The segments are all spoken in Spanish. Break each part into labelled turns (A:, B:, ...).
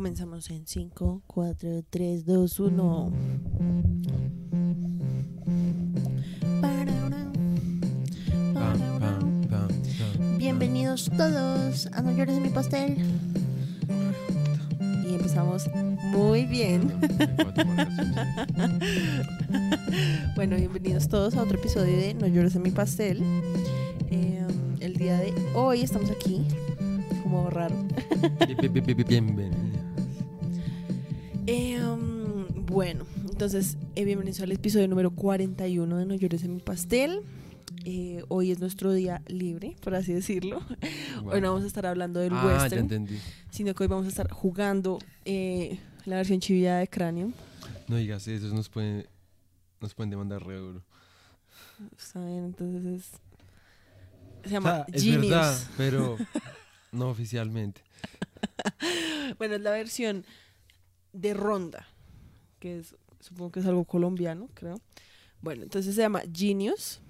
A: Comenzamos en 5, 4, 3, 2, 1.
B: Pam, pam, pam, pam.
A: Bienvenidos todos a No llores de mi pastel. Y empezamos muy bien. Bueno, bienvenidos todos a otro episodio de No llores de mi pastel. Eh, el día de hoy estamos aquí, como raro.
B: Bien, bien, bien, Bienvenido.
A: Eh, um, bueno, entonces, eh, bienvenidos al episodio número 41 de No llores en mi pastel. Eh, hoy es nuestro día libre, por así decirlo. Hoy no vamos a estar hablando del
B: ah, ya
A: western,
B: entendí.
A: sino que hoy vamos a estar jugando eh, la versión chivía de Cranium.
B: No digas eso, nos pueden, nos pueden demandar re duro.
A: ¿Saben? Entonces es... Se
B: O
A: llama
B: sea, Ah, es
A: Genius.
B: verdad, pero no oficialmente.
A: Bueno, es la versión de Ronda, que es, supongo que es algo colombiano, creo. Bueno, entonces se llama Genius.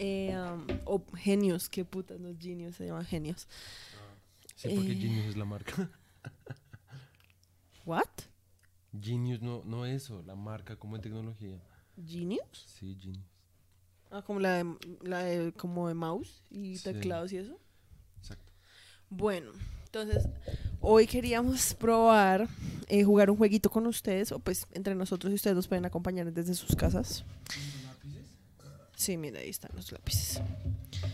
A: eh, um, o Genius, qué puta, no es Genius, se llama Genius.
B: Sí, porque
A: Eh.
B: Genius es la marca.
A: ¿What?
B: Genius no, no eso, la marca como en tecnología.
A: ¿Genius?
B: Sí, Genius.
A: Ah, como la de, la de- como de mouse y
B: Sí.
A: teclados y eso.
B: Exacto.
A: Bueno, entonces hoy queríamos probar eh, jugar un jueguito con ustedes, o pues entre nosotros y ustedes nos pueden acompañar desde sus casas. Sí, mira, ahí están los lápices.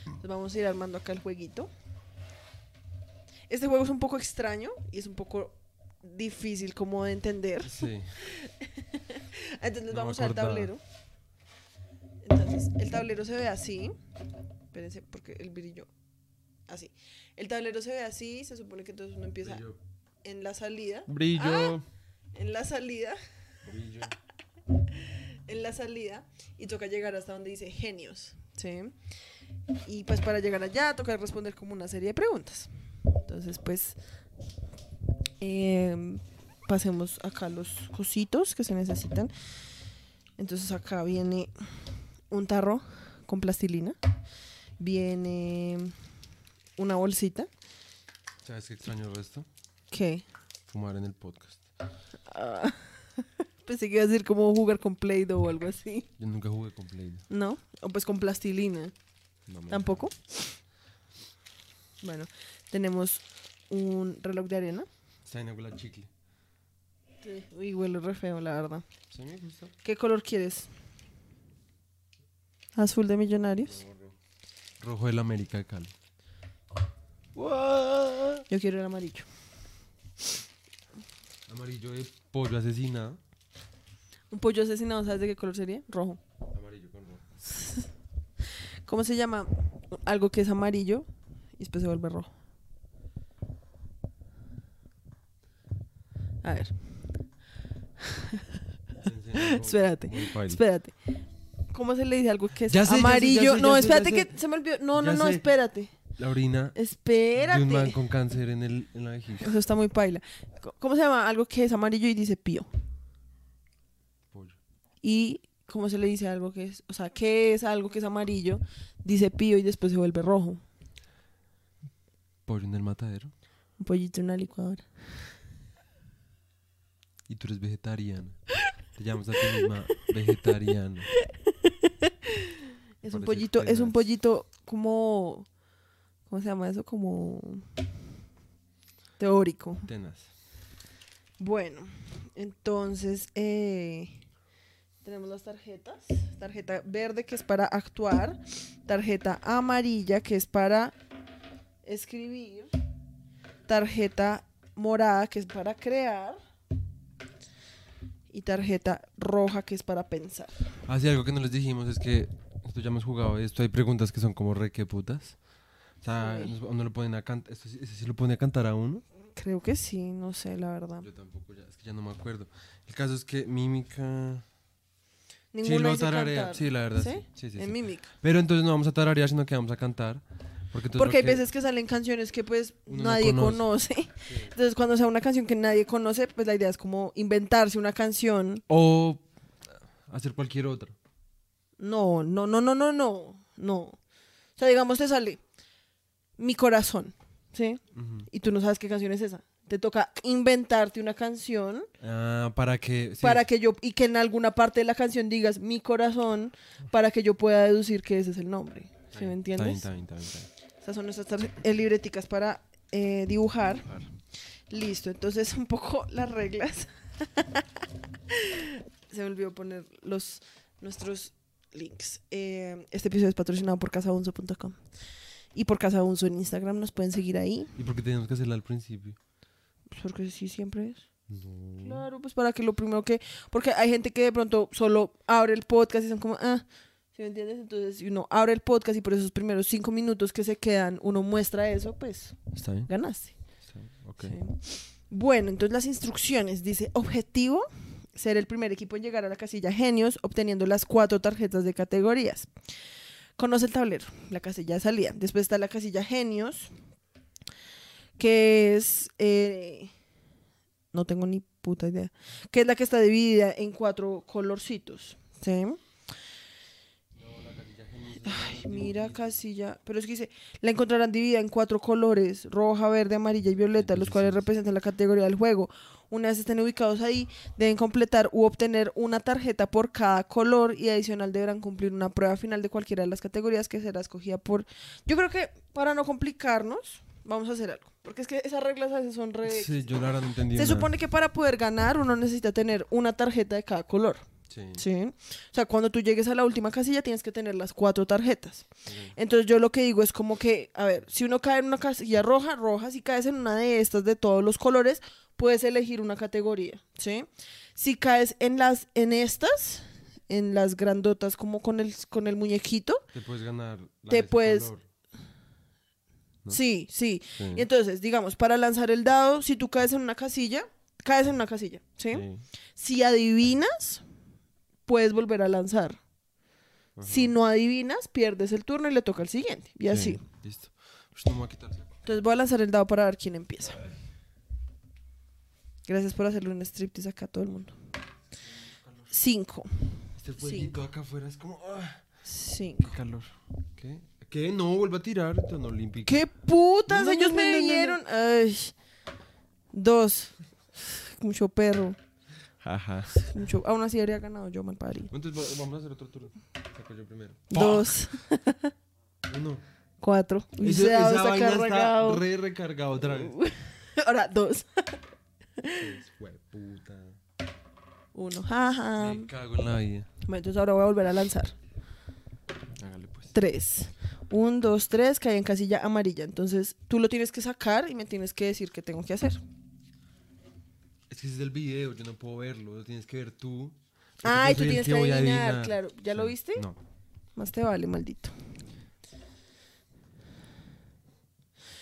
A: Entonces, vamos a ir armando acá el jueguito. Este juego es un poco extraño y es un poco difícil como de entender.
B: Sí.
A: Entonces
B: No me
A: vamos al
B: acordaba.
A: tablero. Entonces, el tablero se ve así. Espérense, porque el brillo. Así. El tablero se ve así. Se supone que entonces uno empieza
B: Brillo.
A: en la salida.
B: Brillo.
A: Ah. En la salida.
B: Brillo.
A: En la salida. Y toca llegar hasta donde dice genios. ¿Sí? Y pues para llegar allá toca responder como una serie de preguntas. Entonces, pues. em, pasemos acá los cositos que se necesitan. Entonces acá viene un tarro con plastilina. Viene una bolsita.
B: ¿Sabes qué extraño el resto?
A: que
B: Fumar en el podcast.
A: ah, pensé que iba a decir como jugar con Play-Doh o algo así.
B: Yo nunca jugué con Play.
A: ¿No? O pues con plastilina.
B: No me-
A: Tampoco. Bueno, tenemos un reloj de arena.
B: Está en la chicle.
A: Uy, huele re feo, la verdad.
B: Sí, me gusta.
A: ¿Qué color quieres? Azul de millonarios.
B: Rojo del América de Cali.
A: Yo quiero el amarillo.
B: Amarillo de pollo asesinado.
A: Un pollo asesinado, ¿sabes de qué color sería? Rojo.
B: Amarillo con rojo.
A: ¿Cómo se llama algo que es amarillo y después se vuelve rojo? A ver, Espérate, espérate. ¿Cómo se le dice algo que es
B: Ya sé, ya sé, ya
A: amarillo?
B: sé,
A: no,
B: ya sé, ya
A: espérate
B: sé.
A: que se me olvidó. No, no,
B: Ya
A: no,
B: sé.
A: espérate.
B: La orina
A: Espérate.
B: de un man con cáncer en, el, en la vejiga.
A: Eso está muy paila. Co- ¿Cómo se llama algo que es amarillo y dice pío?
B: Pollo.
A: ¿Y cómo se le dice algo que es, o sea, qué es algo que es amarillo, dice pío y después se vuelve rojo?
B: Pollo en el matadero.
A: Un pollito en una licuadora.
B: Y tú eres vegetariana. Te llamas a ti misma vegetariana.
A: Es un
B: Parecer
A: pollito, es un
B: tenaz.
A: pollito como ¿cómo se llama eso? Como teórico.
B: Tenaz.
A: Bueno, entonces eh, tenemos las tarjetas. Tarjeta verde que es para actuar. Tarjeta amarilla que es para escribir. Tarjeta morada que es para crear. Y tarjeta roja que es para pensar.
B: Así Ah, algo que no les dijimos es que esto ya hemos jugado esto. Hay preguntas que son como re que putas. O sea,
A: Sí.
B: nos- a uno lo ponen a cantar. Esto sí, ese sí lo pone a cantar a uno.
A: Creo que sí, no sé, la verdad.
B: Yo tampoco, ya, es que ya no me acuerdo. El caso es que mímica.
A: Ninguno
B: sí, lo
A: dice
B: tararea.
A: cantar.
B: Sí, la verdad. Sí,
A: ¿Sí?
B: sí, sí,
A: en
B: sí.
A: mímica.
B: Pero entonces no vamos a tararear, sino que vamos a cantar. Porque, entonces
A: Porque hay
B: lo que-
A: veces que salen canciones que pues
B: Uno no
A: nadie conoce.
B: conoce.
A: Entonces cuando sea una canción que nadie conoce, pues la idea es como inventarse una canción.
B: O hacer cualquier otra.
A: No, no, no, no, no, no, no. O sea, digamos te sale Mi corazón, ¿sí?
B: Ujú.
A: Y tú no sabes qué canción es esa. Te toca inventarte una canción
B: Ah, para que. sí.
A: para que yo y que en alguna parte de la canción digas mi corazón para que yo pueda deducir que ese es el nombre. ¿Sí me
B: Está bien,
A: entiendes?
B: está bien, está bien, está bien.
A: Estas son nuestras tar- eh, libreticas para eh, dibujar. Listo, entonces un poco las reglas. Se me olvidó poner los nuestros links. Eh, este episodio es patrocinado por casaunzo.com y por casaunzo en Instagram. Nos pueden seguir ahí,
B: ¿Y por qué teníamos que hacerla al principio?
A: pues, porque sí siempre es.
B: No.
A: Claro, pues para que lo primero que. Porque hay gente que de pronto solo abre el podcast y son como, ah, ¿sí me entiendes? Entonces, si uno abre el podcast y por esos primeros cinco minutos que se quedan, uno muestra eso, pues
B: Está bien.
A: ganaste.
B: Está bien. Ok.
A: Sí. Bueno, entonces las instrucciones. Dice, objetivo, ser el primer equipo en llegar a la casilla genios, obteniendo las cuatro tarjetas de categorías. Conoce el tablero, la casilla de salida. Después está la casilla genios, que es... eh, no tengo ni puta idea. Que es la que está dividida en cuatro colorcitos. ¿Sí? Ay, mira, casilla. Pero es que dice, la encontrarán dividida en cuatro colores, roja, verde, amarilla y violeta, los cuales representan la categoría del juego. Una vez estén ubicados ahí, deben completar u obtener una tarjeta por cada color y adicional deberán cumplir una prueba final de cualquiera de las categorías que será escogida por... Yo creo que para no complicarnos, vamos a hacer algo. Porque es que esas reglas a veces son re...
B: Sí, yo la verdad no entendí.
A: Se
B: nada.
A: supone que para poder ganar uno necesita tener una tarjeta de cada color.
B: Sí.
A: Sí. O sea, cuando tú llegues a la última casilla tienes que tener las cuatro tarjetas.
B: Ok.
A: Entonces yo lo que digo es como que, a ver, si uno cae en una casilla roja, roja, si caes en una de estas de todos los colores, puedes elegir una categoría, ¿sí? Si caes en las en estas, en las grandotas como con el con el muñequito,
B: Te puedes ganar. la
A: Te
B: de ese
A: puedes-
B: color. ¿No?
A: sí, sí.
B: Sí.
A: Y entonces, digamos, para lanzar el dado, si tú caes en una casilla, caes en una casilla, ¿sí?
B: Sí.
A: Si adivinas, puedes volver a lanzar.
B: Ajá.
A: Si no adivinas, pierdes el turno y le toca al siguiente. Y así.
B: Sí, Listo. Pues no me voy a quitar.
A: Entonces voy a lanzar el dado para ver quién empieza. Gracias por hacerle un striptease acá a todo el mundo. Cinco.
B: Este fueguito acá afuera es como. ¡ah!
A: Cinco.
B: Qué calor. ¿Qué? ¿Qué? No, vuelve a tirar. Tan olímpico.
A: ¡Qué putas!
B: No, no,
A: Ellos
B: no,
A: me
B: no, no, no.
A: vieron. Ay. Dos. Mucho perro.
B: Ajá.
A: Mucho... Aún así habría ganado yo, mal parido.
B: Entonces va- vamos a hacer otro turno. Saco yo primero.
A: Dos.
B: Uno.
A: Cuatro. Uy,
B: Ese-
A: ese dado Uh.
B: esa
A: está
B: vaina
A: cargado.
B: está re recargado otra vez.
A: Ahora, dos.
B: Es puta.
A: Uno. Jaja.
B: Me cago en la vida.
A: Bueno, entonces ahora voy a volver a lanzar.
B: Hágale pues.
A: 3. 1, 2, 3, cae en casilla amarilla. Entonces tú lo tienes que sacar y me tienes que decir qué tengo que hacer.
B: Es que ese es el video, yo no puedo verlo, lo tienes que ver tú. porque
A: Ay,
B: yo
A: tú
B: soy el
A: tienes que
B: voy a
A: adivinar, claro. ¿Ya lo viste?
B: No.
A: Más te vale, maldito.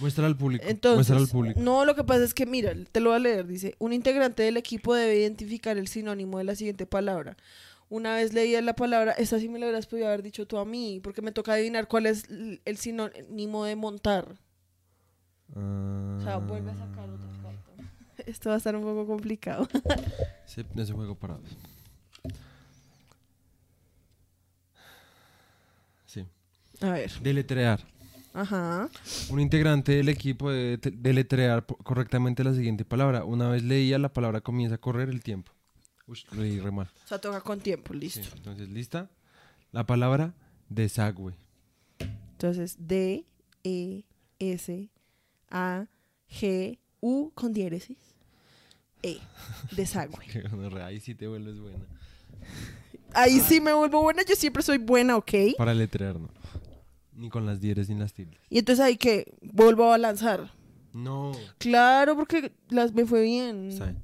B: Muéstrala al público. Muéstrala al
A: Entonces,
B: público.
A: no, lo que pasa es que, mira, te lo voy a leer. Dice, un integrante del equipo debe identificar el sinónimo de la siguiente palabra. Una vez leía la palabra, esta sí me la hubieras podido haber dicho tú a mí, porque me toca adivinar cuál es l- el sinónimo de montar.
B: Ah.
A: O sea, vuelve a sacar otra carta. Esto va a estar un poco complicado.
B: Sí, no se juego parado. Sí.
A: A ver,
B: Deletrear.
A: ajá.
B: Un integrante del equipo debe te- deletrear po- correctamente la siguiente palabra. Una vez leía la palabra comienza a correr el tiempo. Uy, leí re mal.
A: O sea, toca con tiempo,
B: Sí,
A: listo.
B: entonces, ¿lista? La palabra desagüe.
A: Entonces, D, E, S, A, G, U con diéresis. E, desagüe.
B: Ahí sí te vuelves buena.
A: Ahí sí me vuelvo buena, yo siempre soy buena, ¿ok?
B: Para letrear, no. Ni con las dieres ni las tildes.
A: Y entonces ahí que vuelvo a lanzar.
B: No.
A: Claro, porque las me fue bien.
B: Está bien.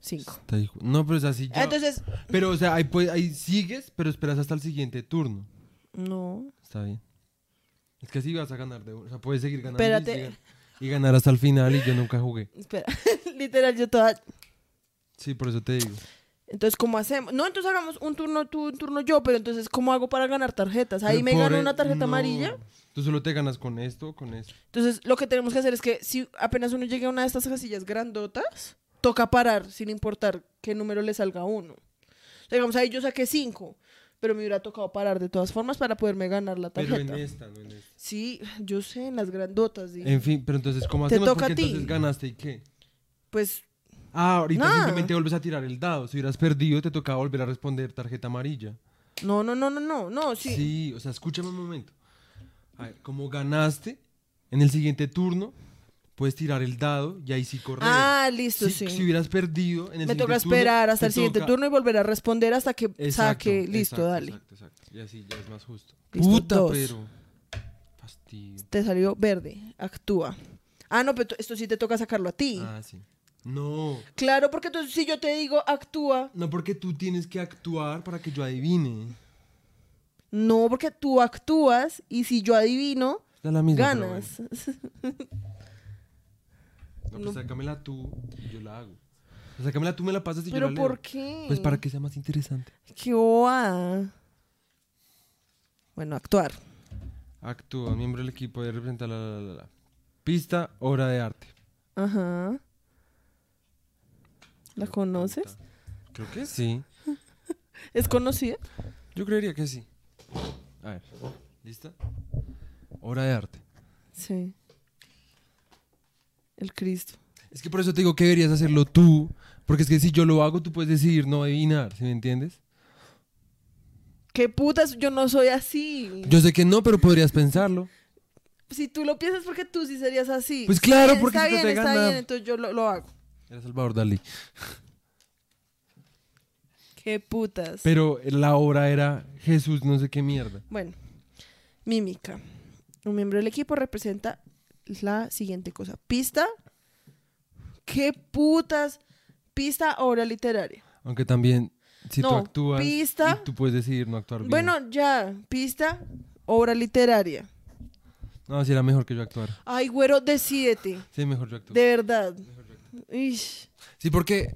A: Cinco.
B: Está hijo- No, pero es así.
A: Ah, Entonces,
B: Pero, o sea, ahí, pues- ahí sigues, pero esperas hasta el siguiente turno.
A: no.
B: Está bien. Es que así vas a ganar de una. O sea, puedes seguir ganando. y
A: Espérate.
B: llegar- Y, ganar hasta el final y yo nunca jugué.
A: Espera, literal, yo toda.
B: Sí, por eso te digo.
A: Entonces, ¿cómo hacemos? No, entonces hagamos un turno tú, un turno yo, pero entonces, ¿cómo hago para ganar tarjetas? Ahí
B: Pero
A: me
B: por
A: gano
B: el-
A: una tarjeta
B: no.
A: amarilla.
B: Tú solo te ganas con esto o con esto.
A: Entonces, lo que tenemos que hacer es que si apenas uno llegue a una de estas casillas grandotas, toca parar sin importar qué número le salga a uno. O sea, digamos, ahí yo saqué cinco. Pero me hubiera tocado parar de todas formas para poderme ganar la
B: Pero
A: tarjeta.
B: en esta, no en esta.
A: Sí, yo sé, en las grandotas. di.
B: En fin, pero entonces, ¿cómo
A: Te
B: hacemos?
A: toca
B: Porque
A: a ti.
B: entonces ganaste y qué.
A: Pues
B: Ah, ahorita
A: Nada.
B: simplemente vuelves a tirar el dado. Si hubieras perdido, te tocaba volver a responder tarjeta amarilla.
A: no, no, no, no, no, no, sí.
B: Sí. o sea, escúchame un momento. A ver, como ganaste, en el siguiente turno puedes tirar el dado y ahí sí correr.
A: ah, listo,
B: si,
A: sí.
B: si hubieras perdido en el
A: me
B: siguiente
A: toca
B: turno,
A: esperar hasta
B: te
A: el siguiente
B: toca-
A: turno y volver a responder hasta que
B: Exacto,
A: saque. Listo,
B: exacto,
A: dale.
B: Exacto, exacto. Y así ya es más justo.
A: Listo,
B: Puta,
A: dos.
B: pero. Fastidio.
A: Te salió verde. Actúa. Ah, no, pero t- esto sí te toca sacarlo a ti.
B: Ah, sí. No.
A: Claro, porque entonces si yo te digo actúa,
B: No, porque tú tienes que actuar para que yo adivine.
A: no, porque tú actúas y si yo adivino,
B: Es la misma. pero
A: ganas.
B: bueno. No, pues
A: No.
B: sácamela tú y yo la hago. O sea, sácamela tú, me la pasas y
A: ¿Pero
B: yo la leo.
A: por qué?
B: Pues para que sea más interesante.
A: ¡Qué boa! Bueno, actuar.
B: Actúa, miembro del equipo de representar la, la, la, la. Pista, obra de arte.
A: Ajá. ¿La conoces?
B: Puta. Creo que sí.
A: ¿Es conocida?
B: Yo creería que sí. A ver, ¿lista? Obra de arte.
A: Sí. El Cristo.
B: Es que por eso te digo que deberías hacerlo tú. Porque es que si yo lo hago, tú puedes decidir no adivinar, ¿sí me entiendes?
A: ¡Qué putas! Yo no soy así.
B: Yo sé que no, pero podrías pensarlo.
A: Si tú lo piensas, porque tú sí serías así.
B: Pues
A: Está
B: claro,
A: bien,
B: porque
A: está
B: si no
A: bien,
B: te
A: está
B: gana-
A: bien, entonces yo lo, lo hago.
B: Era Salvador Dalí.
A: ¡Qué putas!
B: Pero la obra era Jesús, no sé qué mierda.
A: Bueno, mímica. Un miembro del equipo representa la siguiente cosa. Pista. ¿Qué putas? Pista, obra literaria.
B: Aunque también, si tú
A: No,
B: actúas,
A: pista.
B: y tú puedes decidir no actuar bien.
A: Bueno, ya. Pista, obra literaria.
B: No, si era mejor que yo actuara.
A: Ay, güero, decídete.
B: Sí, mejor yo actuar.
A: De verdad. Ish.
B: Sí, porque.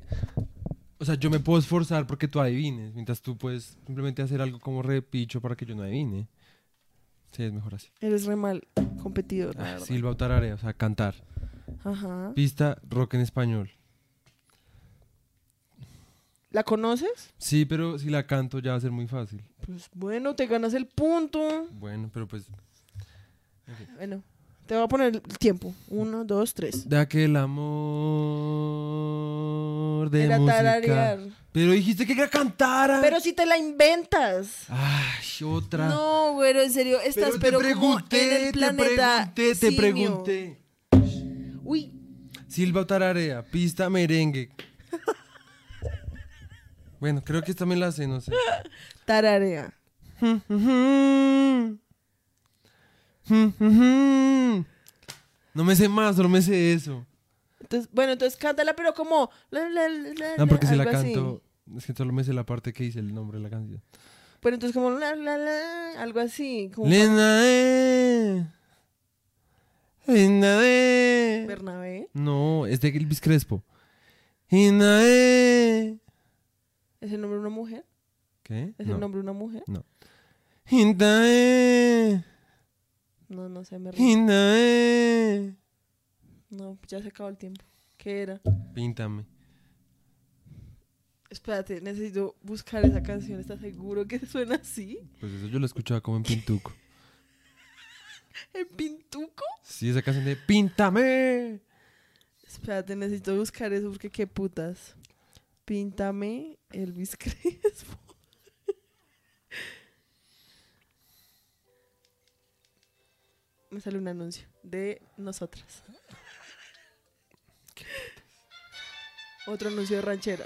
B: O sea, yo me puedo esforzar porque tú adivines, mientras tú puedes simplemente hacer algo como repicho para que yo no adivine. Sí, es mejor así.
A: Eres re mal competidor. la
B: Ah,
A: verdad.
B: Silva o tararea, o sea, cantar.
A: Ajá.
B: Pista rock en español.
A: ¿La conoces?
B: Sí, pero si la canto ya va a ser muy fácil.
A: Pues bueno, te ganas el punto.
B: Bueno, pero pues.
A: Bueno, te voy a poner el tiempo. Uno, dos, tres.
B: De aquel amor de
A: Era
B: música.
A: tararear.
B: Pero dijiste que la cantara.
A: Pero si te la inventas.
B: Ay, otra.
A: No, güero, en serio, estás pero,
B: pero te
A: como
B: pregunté,
A: en el
B: te
A: planeta
B: pregunté, te
A: simio.
B: pregunté.
A: Uy,
B: Silva o tararea, pista merengue. bueno, creo que esta me la sé, no sé.
A: tararea.
B: No me sé más, solo me sé eso.
A: Entonces, bueno, entonces cántala, pero como la, la, la, la,
B: No, porque si la
A: algo así.
B: canto, es que solo me sé la parte que dice el nombre de la canción.
A: Pero entonces como la, la, la, algo así, como
B: Linda de. Linda de.
A: Bernabé.
B: No, es de Elvis Crespo. Linda de.
A: ¿Es el nombre de una mujer?
B: ¿Qué?
A: ¿Es el nombre de una mujer?
B: Linda de.
A: No, no sé, me río.
B: Linda de.
A: No, ya se acabó el tiempo. ¿Qué era?
B: Píntame.
A: Espérate, necesito buscar esa canción. ¿Estás seguro que suena así?
B: Pues eso yo lo escuchaba como en Pintuco.
A: ¿En Pintuco?
B: Sí, esa canción de Píntame.
A: Espérate, necesito buscar eso porque qué putas. Píntame Elvis Crespo. Me sale un anuncio de nosotras. Otro anuncio de ranchera.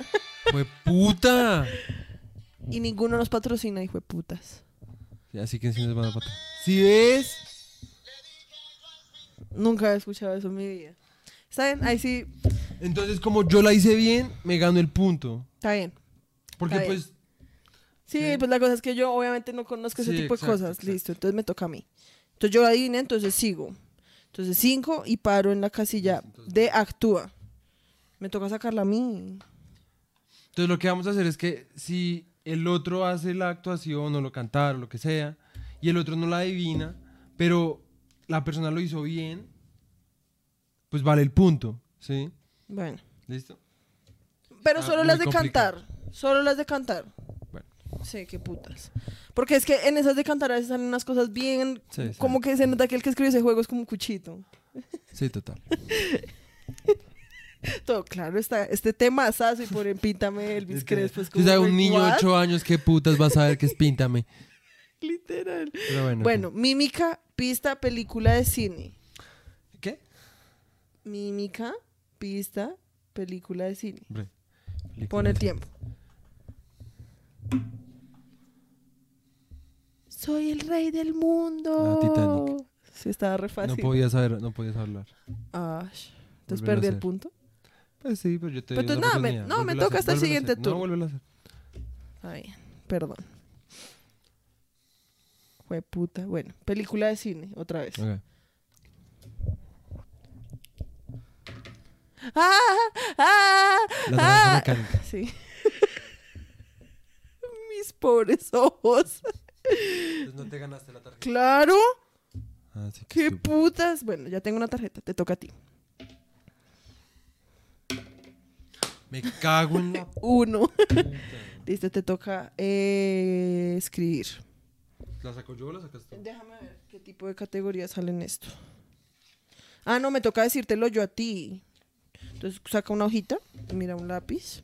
B: ¡Fue puta!
A: Y ninguno nos patrocina, hijo de putas.
B: Sí, Así que sí nos van a patar. ¿Sí ves?
A: Nunca he escuchado eso en mi vida. Está bien, ahí sí,
B: Entonces, como yo la hice bien, me gano el punto.
A: está bien.
B: Porque
A: Está bien.
B: pues.
A: Sí,
B: Sí.
A: pues la cosa es que yo obviamente no conozco ese
B: Sí,
A: tipo de
B: exacto,
A: cosas.
B: exacto.
A: Listo, entonces me toca a mí. Entonces yo la adiviné, entonces sigo. Entonces cinco y paro en la casilla de actúa. Me toca sacarla a mí.
B: Entonces lo que vamos a hacer es que si el otro hace la actuación o lo cantar o lo que sea, y el otro no la adivina, pero la persona lo hizo bien, pues vale el punto, ¿sí?
A: Bueno.
B: ¿Listo?
A: Pero
B: Está
A: solo
B: Ah, muy
A: las de
B: complicado.
A: cantar. Solo las de cantar.
B: Bueno.
A: Sí, qué putas. Porque es que en esas de cantar a veces salen unas cosas bien.
B: Sí, sí.
A: Como que se nota que el que escribe ese juego es como un cuchito.
B: Sí, total.
A: Todo claro, está, este tema asazo y por empítame Elvis Crespo. Es
B: Si
A: como,
B: sabe
A: "Güey,
B: Pues, un niño de
A: ¿what?".
B: 8 años, qué putas va a saber que es píntame.
A: Literal.
B: Pero bueno.
A: Bueno, mímica, pista, película de cine.
B: sí. ¿Qué?
A: Mímica, pista, película de cine.
B: Hombre,
A: Pon el
B: películas.
A: tiempo. Soy el rey del mundo.
B: Ah, Titanic.
A: Sí, estaba re fácil.
B: No podías saber, no podías hablar.
A: Ah, sh- Entonces
B: Vuélvelo a
A: perdí el
B: hacer.
A: punto.
B: Pues sí, pero yo te
A: Pero
B: doy
A: tú-
B: otra
A: no, me-
B: oportunidad.
A: no, me
B: Vuélvelo a
A: toca
B: hacer,
A: hasta el
B: vuélvelo a hacer.
A: siguiente
B: No, vuélvelo a hacer.
A: Está Ah, bien, perdón. Fue puta. Bueno, película de cine, otra vez.
B: Ok.
A: ¡Ah! ¡Ah!
B: La naranja
A: ¡Ah!
B: mecánica.
A: Sí. Mis pobres ojos.
B: Entonces no te ganaste la tarjeta.
A: Claro.
B: Ah, sí,
A: ¡Qué
B: estúpido.
A: putas! Bueno, ya tengo una tarjeta, te toca a ti.
B: Me cago en la
A: Uno.
B: puta.
A: Listo, te toca eh, escribir.
B: ¿La saco yo o la sacas tú?
A: Déjame ver qué tipo de categorías sale en esto. Ah, no, me toca decírtelo yo a ti. Entonces saca una hojita, mira un lápiz.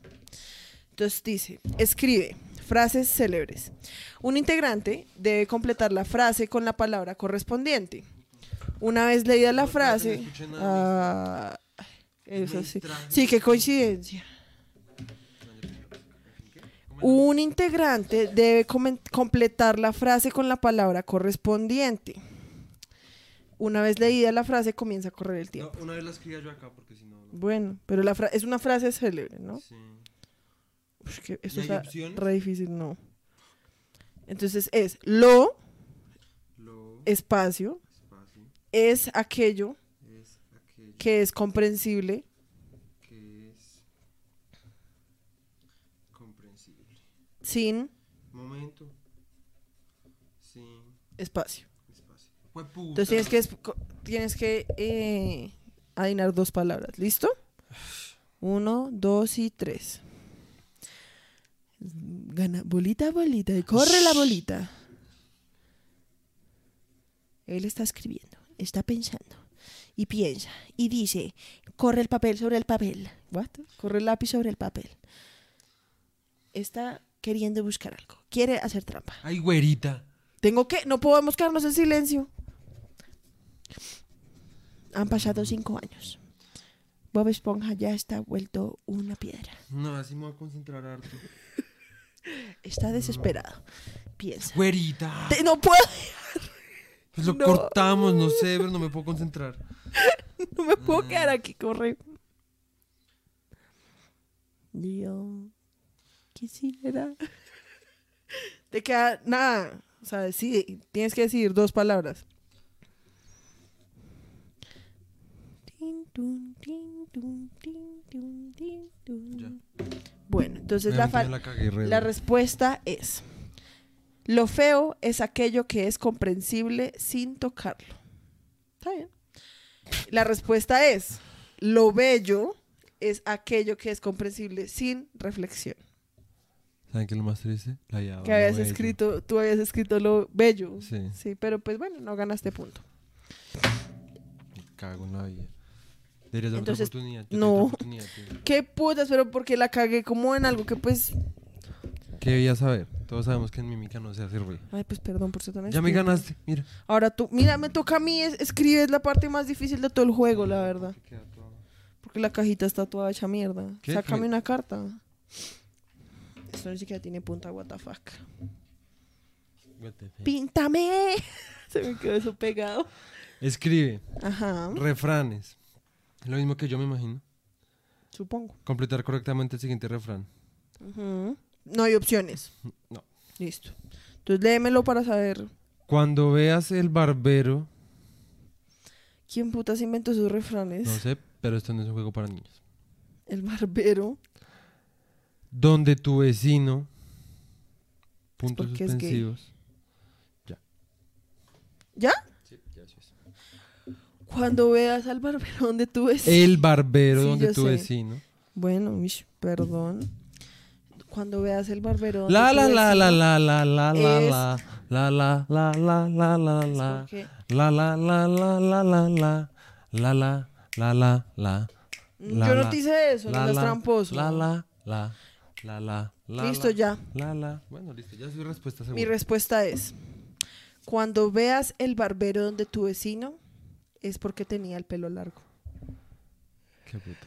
A: Entonces dice, escribe frases célebres. Un integrante debe completar la frase con la palabra correspondiente. Una vez leída la
B: No, espérate, no
A: frase...
B: escuché
A: ah, eso
B: Me
A: sí.
B: distraje.
A: Sí, qué coincidencia. Un integrante debe comen- completar la frase con la palabra correspondiente. Una vez leída la frase comienza a correr el
B: No,
A: tiempo.
B: una vez la escribía yo acá porque si no. no.
A: Bueno, pero la fra- es una frase célebre, ¿no?
B: Sí.
A: Ush, que esto
B: ¿Y hay
A: está
B: opciones?
A: re difícil, no. Entonces es lo,
B: Lo
A: Eh. espacio,
B: espacio
A: es aquello
B: es aquello
A: que es comprensible,
B: que es comprensible.
A: sin
B: Momento. Sin
A: espacio.
B: espacio. Hueputa.
A: Entonces tienes que, es- co- tienes que eh, adivinar dos palabras. ¿Listo? Uno, dos y tres. Gana bolita, bolita. Y corre la bolita. Él está escribiendo, está pensando. Y piensa. Y dice, corre el papel sobre el papel. ¿What? Corre el lápiz sobre el papel. Está queriendo buscar algo. Quiere hacer trampa.
B: Ay, güerita.
A: Tengo que, no podemos quedarnos en silencio. Han pasado cinco años. Bob Esponja ya está vuelto una piedra.
B: No, así me voy a concentrar harto.
A: Está desesperado. Piensa.
B: Güerita.
A: Te- no puedo,
B: Pues lo
A: no.
B: cortamos, no sé, pero no me puedo concentrar.
A: no me puedo quedar aquí, corre. Yo quisiera. Te queda nada. O sea, sí, tienes que decir dos palabras. Tin, tun, tin, tun, tin, tun, tin, tun.
B: Ya.
A: Bueno, entonces la,
B: Obviamente
A: fal-
B: ya la cagué re
A: la
B: duro.
A: respuesta es, lo feo es aquello que es comprensible sin tocarlo. Está bien. La respuesta es, lo bello es aquello que es comprensible sin reflexión.
B: ¿Saben qué es lo más triste? La llave.
A: Que habías
B: lo Ah, bello.
A: escrito, tú habías escrito lo bello.
B: Sí.
A: Sí, pero pues bueno, no ganaste punto.
B: Me cago en la vida. Deberías dar
A: Entonces,
B: otra oportunidad. yo te doy
A: no.
B: otra oportunidad, tío.
A: Qué putas, pero porque la cagué como en algo que pues...
B: ¿Qué debías saber? Todos sabemos que en mímica no se hace ruido.
A: Ay, pues perdón por ser tan
B: Ya me
A: estúpida.
B: ganaste, mira.
A: Ahora tú, mira, me toca a mí, es- escribes la parte más difícil de todo el juego, la verdad. Porque la cajita está toda hecha mierda.
B: ¿Qué?
A: Sácame
B: Fue-
A: una carta. Esto ni siquiera tiene punta, what the fuck. ¡Píntame! Se me quedó eso pegado.
B: Escribe
A: Ajá,
B: refranes. Lo mismo que yo me imagino.
A: supongo.
B: Completar correctamente el siguiente refrán.
A: Ujú. No hay opciones.
B: No.
A: Listo. Entonces léemelo para saber
B: Cuando veas el barbero,
A: quién putas inventó esos refranes.
B: no sé, pero esto no es un juego para niños.
A: El barbero.
B: Donde tu vecino, puntos
A: porque es gay.
B: suspensivos. Ya.
A: ¿Ya?
B: Sí, ya eso es.
A: Cuando veas al barbero donde tú ves.
B: El barbero
A: Sí,
B: donde
A: yo
B: tu
A: sé.
B: vecino.
A: Bueno, mish, perdón. Cuando veas el barbero.
B: La
A: donde
B: la
A: tu
B: la la
A: vecino-
B: la la la la
A: es-
B: la la la la la la la la
A: porque-
B: la la la la la la la la la la la la la,
A: Yo no
B: la,
A: te hice eso, no
B: la,
A: seas
B: la,
A: tramposo.
B: La la la la la la
A: Listo,
B: la,
A: ya.
B: La la. Bueno, listo, ya su respuesta segura.
A: Mi respuesta es: Cuando veas el barbero donde tu vecino, es porque tenía el pelo largo.
B: Qué puta.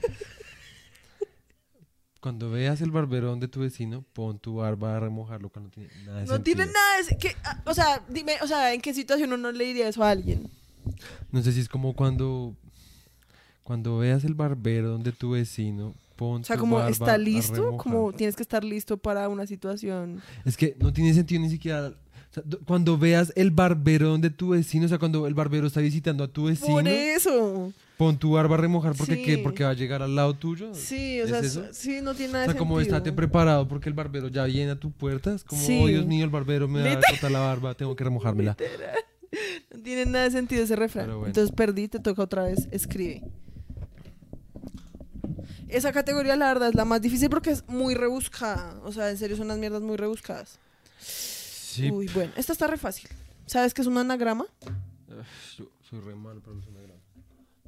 B: Cuando veas el barberón de tu vecino, pon tu barba a remojarlo cuando tiene nada de
A: No tiene
B: sentido.
A: nada de se- que, ah, o sea, dime, o sea, ¿en qué situación uno le diría eso a alguien?
B: No sé si es como cuando cuando veas el barbero de tu vecino, pon
A: O sea,
B: tu
A: como
B: Pues barba
A: está
B: a
A: listo,
B: remojar.
A: como tienes que estar listo para una situación.
B: Es que no tiene sentido ni siquiera o sea, do- cuando veas el barbero de tu vecino, o sea, cuando el barbero está visitando a tu vecino,
A: Por eso.
B: pon tu barba a remojar porque ¿qué?
A: Sí.
B: porque va a llegar al lado tuyo.
A: Sí, o
B: ¿Es
A: sea,
B: eso?
A: sí, no tiene
B: O
A: nada de
B: sea, como
A: sentido.
B: estate preparado porque el barbero ya viene a tu puerta, es como,
A: Sí.
B: oh Dios mío, el barbero me va a
A: Literal.
B: cortar la barba, tengo que remojármela.
A: Literal. No tiene nada de sentido ese refrán.
B: Pero bueno.
A: Entonces perdí, te toca otra vez, escribe. Esa categoría, la verdad, es la más difícil porque es muy rebuscada. O sea, en serio, son unas mierdas muy rebuscadas.
B: Sí,
A: Uy, bueno, esta está re fácil. ¿Sabes qué es un anagrama?
B: Uf, yo soy re malo para los anagramas.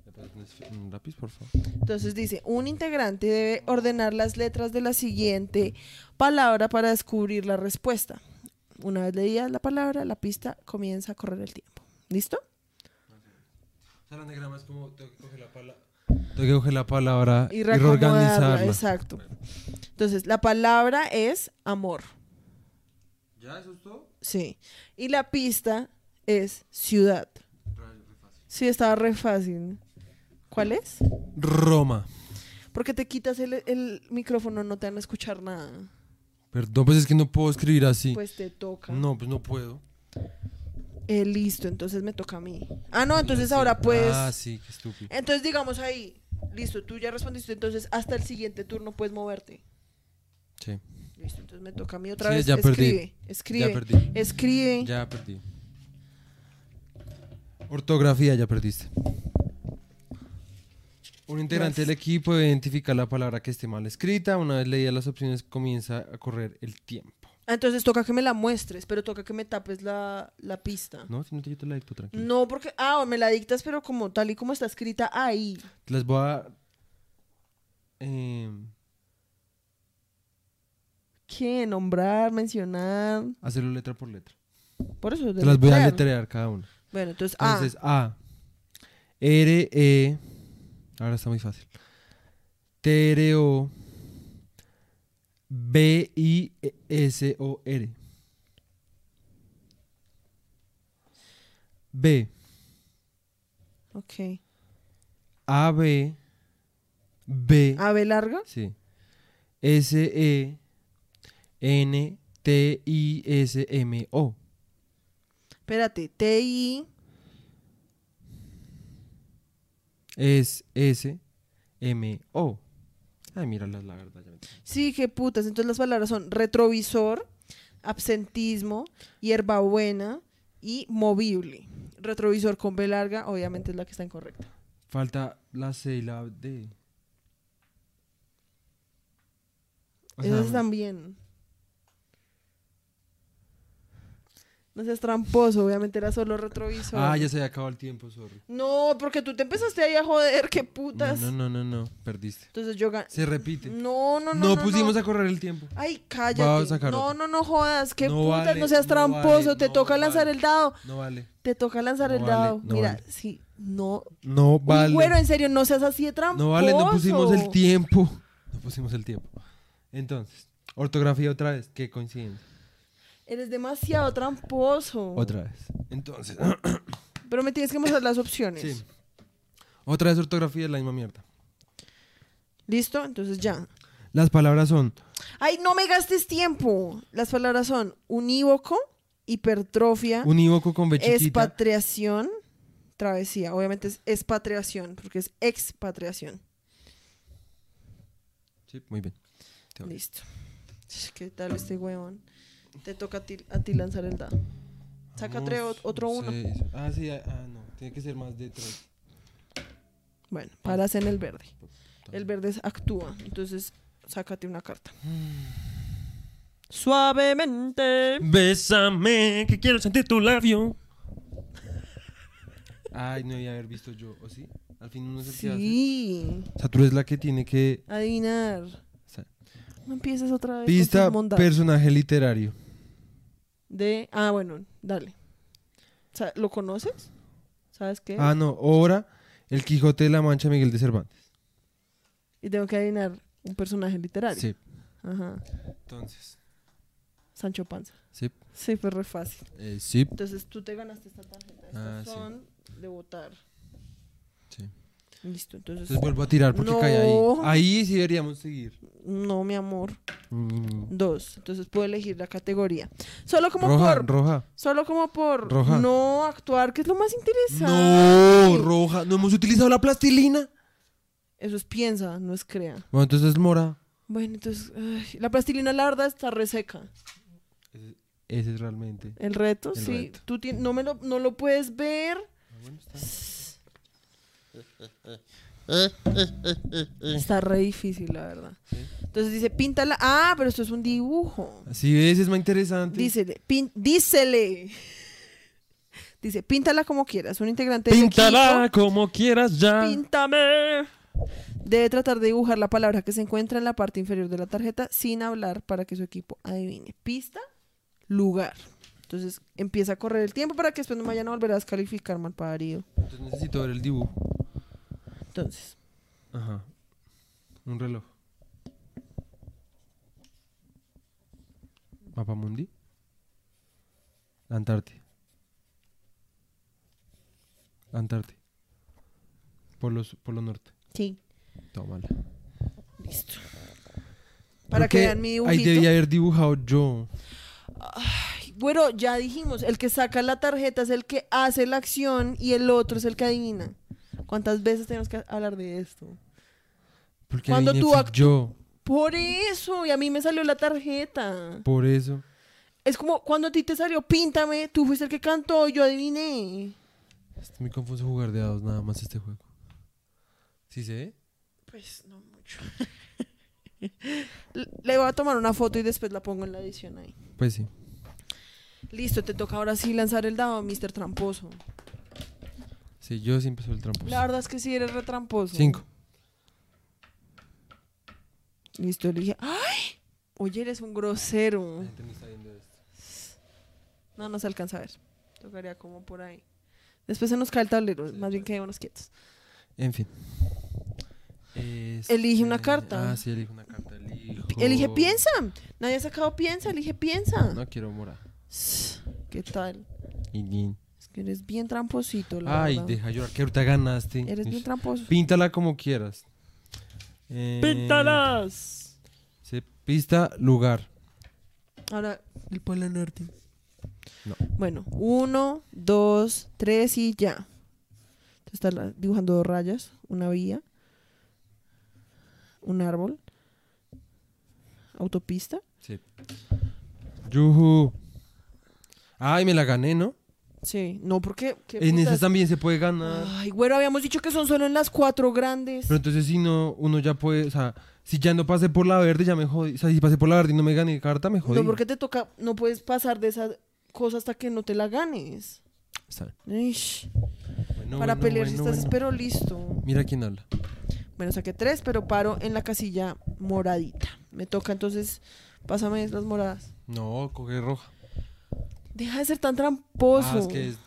B: ¿Me puedes poner un lápiz, por favor?
A: Entonces dice, un integrante debe ordenar las letras de la siguiente palabra para descubrir la respuesta. Una vez leída la palabra, la pista comienza a correr el tiempo. ¿Listo?
B: O sea, el anagrama es como, tengo que coger la palabra. Tengo que coger la palabra y,
A: reacomodarla,
B: reorganizarla.
A: Exacto. Entonces, la palabra es amor.
B: ¿Ya eso es todo?
A: Sí. Y la pista es ciudad.
B: Rayo, re fácil.
A: Sí, estaba re fácil. ¿Cuál es?
B: Roma.
A: Porque te quitas el, el micrófono, no te van a escuchar nada.
B: Perdón, pues es que no puedo escribir así.
A: Pues te toca.
B: no, pues no puedo.
A: Eh, listo, entonces me toca a mí. Ah, no, entonces
B: Sí.
A: ahora pues...
B: Ah, sí, qué estúpido.
A: Entonces digamos ahí, listo, tú ya respondiste, entonces hasta el siguiente turno puedes moverte.
B: Sí,
A: Listo, entonces me toca a mí otra
B: Sí,
A: vez.
B: ya perdí.
A: escribe, escribe,
B: ya perdí.
A: escribe.
B: Ya perdí. Ortografía, ya perdiste. Un integrante del equipo debe identificar la palabra que esté mal escrita. Una vez leídas las opciones, comienza a correr el tiempo.
A: Ah, Entonces toca que me la muestres, pero toca que me tapes la, la pista.
B: No, si no te yo te la dicto, tranquilo.
A: No, porque, ah, me la dictas, pero como tal y como está escrita ahí.
B: Te Las voy a. eh,
A: ¿Qué? Nombrar, mencionar.
B: hacerlo letra por letra.
A: Por eso.
B: Te las voy a
A: deletrear.
B: letrear cada uno.
A: Bueno, entonces, ah,
B: Entonces, A. R, E. Ahora está muy fácil. T, R, O. B, I, E, S, O, R. B.
A: ah, ok.
B: A, B. B.
A: ¿Ave larga?
B: Sí. S, E. N, T, I, S, M, O.
A: Espérate, T-I,
B: Es S, M, O. Ay, míralas, la verdad. ya me-
A: sí, qué putas. Entonces las palabras son retrovisor, absentismo, hierbabuena y movible. Retrovisor con B larga, obviamente es la que está incorrecta.
B: Falta la C y la D. O sea,
A: Esas también. No seas tramposo, obviamente era solo retrovisor.
B: Ah, ya se había acabado el tiempo, sorry.
A: No, porque tú te empezaste ahí a joder, qué
B: No,
A: putas.
B: no, no, no, no, perdiste.
A: Entonces yo gané.
B: Se repite. No,
A: No, no, no. No,
B: pusimos
A: no.
B: a correr el tiempo.
A: Ay,
B: Vamos
A: cállate.
B: a sacar
A: No,
B: otro.
A: no, no jodas. Qué
B: No
A: putas,
B: vale,
A: no seas
B: no
A: tramposo.
B: vale,
A: te
B: no
A: toca lanzar
B: vale.
A: el dado.
B: No vale.
A: Te toca lanzar
B: No
A: el
B: vale,
A: dado.
B: no
A: Mira,
B: vale.
A: sí, no.
B: No
A: Uy,
B: vale.
A: Güero, en serio, no seas así de tramposo.
B: no vale, no pusimos el tiempo. No pusimos el tiempo. Entonces, ortografía otra vez. Qué coincidencia.
A: Eres demasiado tramposo.
B: Otra vez. Entonces,
A: Pero me tienes que mostrar las opciones.
B: sí. Otra vez ortografía es la misma mierda.
A: ¿Listo? Entonces ya.
B: Las palabras son
A: Ay, no me gastes tiempo. Las palabras son unívoco, hipertrofia,
B: unívoco con B chiquita.
A: expatriación, travesía. Obviamente es expatriación, porque es expatriación.
B: Sí, muy bien. Te odio.
A: Listo. Sh, ¿Qué tal este huevón? Te toca a ti, a ti lanzar el dado. Saca
B: Vamos,
A: tres, ot- otro uno.
B: seis. Ah, sí, ah, ah, no. Tiene que ser más de tres.
A: Bueno, paras en el verde. El verde es actúa. Entonces, sácate una carta.
B: Mm.
A: Suavemente.
C: Bésame, que quiero sentir tu labio.
B: Ay, no debía haber visto yo, ¿o sí? Al fin uno es el que hace.
A: Sí.
B: O sea, tú eres la que tiene que...
A: Adivinar.
B: o sea,
A: No empiezas otra vez. con
B: Pista,
A: tus bondades.
B: personaje literario.
A: de. Ah, bueno, dale. O sea, ¿Lo conoces? ¿Sabes qué?
B: Ah, no, obra, El Quijote de la Mancha, Miguel de Cervantes.
A: Y tengo que adivinar un personaje literario.
B: Sí.
A: Ajá.
B: Entonces,
A: Sancho Panza.
B: sí.
A: Sí, fue re fácil.
B: Eh, sí.
A: Entonces tú te ganaste esta tarjeta. Estas
B: Ah, sí.
A: son de votar.
B: Sí.
A: Listo, entonces.
B: Entonces vuelvo a tirar porque
A: No.
B: cae ahí. Ahí sí deberíamos seguir.
A: No, mi amor. Dos. Entonces puedo elegir la categoría. Solo como
B: Roja,
A: por.
B: roja.
A: Solo como por
B: Roja.
A: no actuar, que es lo más interesante.
B: No, roja. No hemos utilizado la plastilina.
A: Eso es piensa, no es crea.
B: Bueno, entonces mora.
A: Bueno, entonces, ay, la plastilina la verdad está reseca.
B: Ese es realmente.
A: El reto,
B: El
A: sí.
B: reto. Ah,
A: Tú ti- no, me lo, no lo puedes ver. Está re difícil, la verdad. Entonces dice, píntala. Ah, pero esto es un dibujo.
B: Así ves, es más interesante.
A: Dícele, pin- dícele. Dice, píntala como quieras. Un integrante del
C: Píntala como quieras ya.
A: Píntame. Debe tratar de dibujar la palabra que se encuentra en la parte inferior de la tarjeta sin hablar para que su equipo adivine. Pista, lugar. Entonces empieza a correr el tiempo para que después no me vayan a volver a descalificar, mal parido.
B: Entonces necesito ver el dibujo.
A: Entonces,
B: Ajá. Un reloj. Mapa mundi. La Antártida. La Antártida. Por los, por lo norte.
A: sí,
B: Tómala.
A: listo. Para
B: Creo
A: que vean mi
B: Ahí
A: dibujito.
B: debía haber dibujado yo.
A: Bueno, ya dijimos, el que saca la tarjeta es el que hace la acción y el otro es el que adivina. ¿Cuántas veces tenemos que hablar de esto?
B: Porque
A: Cuando
B: adiviné
A: tú
B: fui
A: actu-
B: yo.
A: Por eso, y a mí me salió la tarjeta.
B: Por eso.
A: Es como cuando a ti te salió Píntame, tú fuiste el que cantó, yo adiviné.
B: Este, me confuso jugar de dados nada más este juego. ¿Sí se ve?
A: Pues no mucho. Le voy a tomar una foto y después la pongo en la edición ahí.
B: Pues sí.
A: Listo, te toca ahora sí lanzar el dado, Mr. Tramposo.
B: Sí, yo sí empezó el tramposo.
A: La verdad pues, es que sí eres re tramposo.
B: Cinco.
A: Listo, le dije, ¡ay! Oye, eres un grosero.
B: gente no está viendo esto.
A: No, no se alcanza a ver. Tocaría como por ahí. Después se nos cae el tablero, más bien quedémonos quietos.
B: En fin. Este-
A: Elige una carta.
B: Ah, sí, elige una carta. Elijo...
A: Elige piensa. Nadie ha sacado piensa, elige piensa.
B: No quiero mora.
A: ¿Qué tal?
B: Guiñín.
A: Es que eres bien tramposito, la
B: Ay,
A: verdad.
B: deja llorar, que ahorita ganaste.
A: Eres bien tramposo.
B: Píntala como quieras. Eh,
C: Píntalas.
B: sí, pista, lugar.
A: Ahora,
B: El Polo Norte.
A: bueno, uno, dos, tres y ya. Entonces está la- dibujando dos rayas, una vía, un árbol, autopista.
B: Sí. Yuhu. Ay, me la gané, ¿no?
A: Sí, no, porque... ¿qué
B: En esas
A: putas?
B: también se puede ganar.
A: Ay, güero, habíamos dicho que son solo en las cuatro grandes.
B: Pero entonces si no, uno ya puede, o sea, si ya no pasé por la verde, ya me jodí. O sea, si pasé por la verde y no me gané carta, me jodí.
A: no, porque te toca... No puedes pasar de esa cosa hasta que no te la ganes.
B: Está bien.
A: Ish,
B: Bueno,
A: para
B: bueno,
A: pelear si
B: bueno,
A: estás
B: bueno.
A: pero listo.
B: Mira quién habla.
A: Bueno, saqué tres, pero paro en la casilla moradita. Me toca entonces, pásame las moradas.
B: No, coge roja.
A: Deja de ser tan
B: Ah,
A: tramposo.
B: es que es-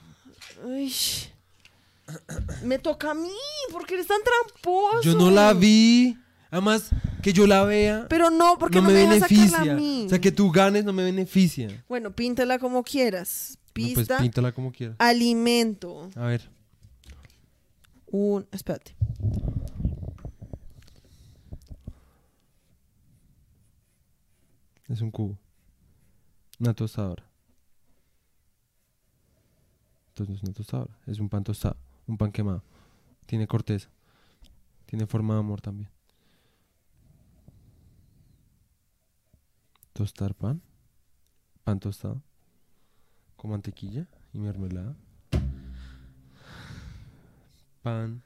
A: Ay, Me toca a mí, porque eres tan tramposo.
B: Yo no la vi. Además, que yo la vea
A: Pero no, porque
B: no,
A: no,
B: me,
A: me, dejas sacarla
B: beneficia.
A: a mí.
B: O sea, que tú ganes no me beneficia.
A: Bueno, píntala como quieras.
B: No,
A: Pista,
B: pues píntala como quieras.
A: alimento.
B: A ver.
A: Un, espérate.
B: Es un cubo. Una tostadora. Entonces no es una tostadora. Es un pan tostado. Un pan quemado. Tiene corteza. Tiene forma de amor también. Tostar pan. Pan tostado. Con mantequilla y mermelada. Pan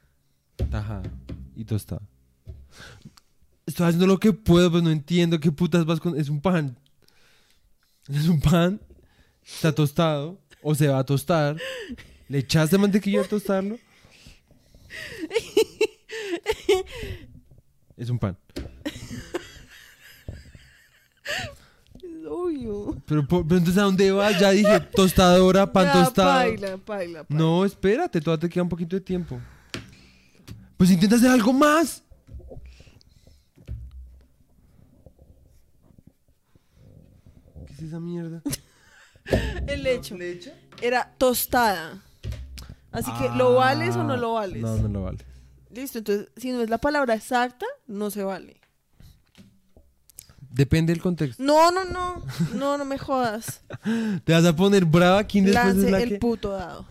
B: tajada y tostada. Estoy haciendo lo que puedo, pero no entiendo qué putas vas con... Es un pan. es un pan, está tostado o se va a tostar. Le echaste mantequilla a tostarlo. Es un pan.
A: Es obvio.
B: Pero, po- pero entonces, ¿a dónde vas? Ya dije, tostadora, pan
A: Ya,
B: tostado.
A: Paila, paila, paila.
B: No, espérate, todavía te queda un poquito de tiempo. Pues intenta hacer algo más. ¿Qué es esa mierda?
A: El hecho. Era tostada. Así que, ¿lo vales o no lo vales?
B: Ah, No, no lo vale.
A: Listo, entonces, si no es la palabra exacta, no se vale.
B: Depende del contexto.
A: No, no, no. No, no me jodas.
B: Te vas a poner brava quién después
A: Lance
B: es la
A: el
B: que...
A: puto dado.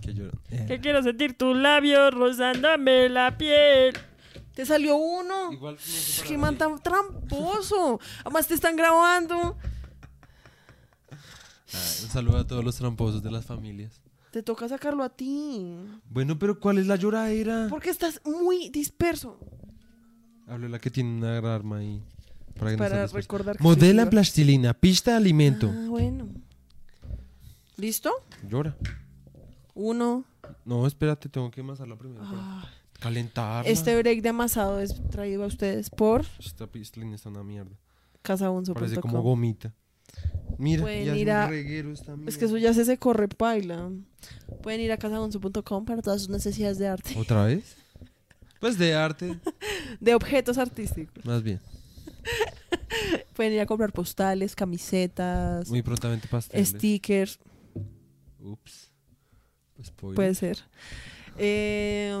B: que llora.
C: Que quiero sentir tus labios rozándome la piel.
A: Te salió uno.
B: Igual no
A: Pff, Qué man tan tramposo. Además te están grabando.
B: un saludo a todos los tramposos de las familias.
A: Te toca sacarlo a ti.
B: Bueno, pero ¿cuál es la lloradera?
A: Porque estás muy disperso.
B: Hablo la que tiene una gran arma ahí. Para, que no
A: Para
B: sea dispersa.
A: recordar que
B: Modela en
A: estoy
B: plastilina, pista de alimento.
A: viva. Ah, bueno. ¿Listo?
B: Llora.
A: Uno.
B: No, espérate, tengo que amasarla primero. para
A: Ah,
B: Calentarla.
A: este break de amasado es traído a ustedes por
B: Esta plastilina está una mierda. Parece como
A: casabonzo.com.
B: gomita. Mira,
A: Pueden
B: ya es
A: ir
B: un
A: a-
B: reguero esta
A: Es que eso
B: mierda.
A: ya se se corre paila. Pueden ir a casabonzo.com para todas sus necesidades de arte.
B: ¿Otra vez? Pues de arte,
A: De objetos artísticos.
B: más bien.
A: Pueden ir a comprar postales, camisetas,
B: Muy prontamente pasteles.
A: stickers.
B: Ups. Pues Spoiler.
A: Puede ser. Eh,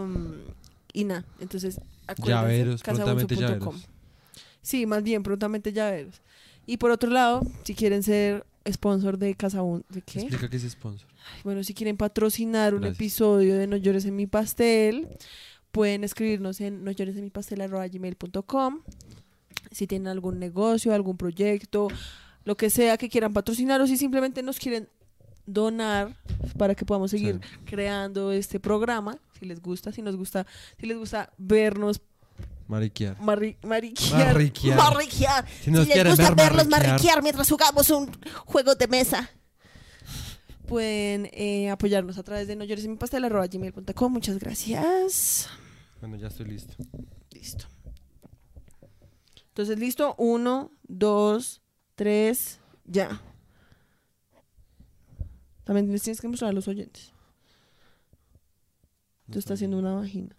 A: y nada, entonces acuérdense,
B: Llaveros,
A: casabonzo.com.
B: prontamente llaveros.
A: Sí, más bien, prontamente llaveros. Y por otro lado, si quieren ser sponsor de Casabun, ¿de qué?
B: Explica qué es sponsor.
A: Ay, Bueno, si quieren patrocinar un
B: Gracias.
A: episodio de No llores en mi pastel, pueden escribirnos en no llores en mi pastel Si tienen algún negocio, algún proyecto, lo que sea que quieran patrocinar o si simplemente nos quieren donar para que podamos seguir creando este programa, si les gusta, si nos gusta, si les gusta vernos
B: Mariquear.
A: marri- mariquear,
B: Marriquear.
A: marriquear,
B: Si nos quieren ver mariquear,
A: mientras jugamos un juego de mesa. Pueden eh, apoyarnos a través de no llores en mi pastel arroba gmail.com. Muchas gracias.
B: Bueno, ya estoy listo.
A: Listo. Entonces, listo. Uno, dos, tres, ya. También les tienes que mostrar a los oyentes. Tú estás haciendo una vagina.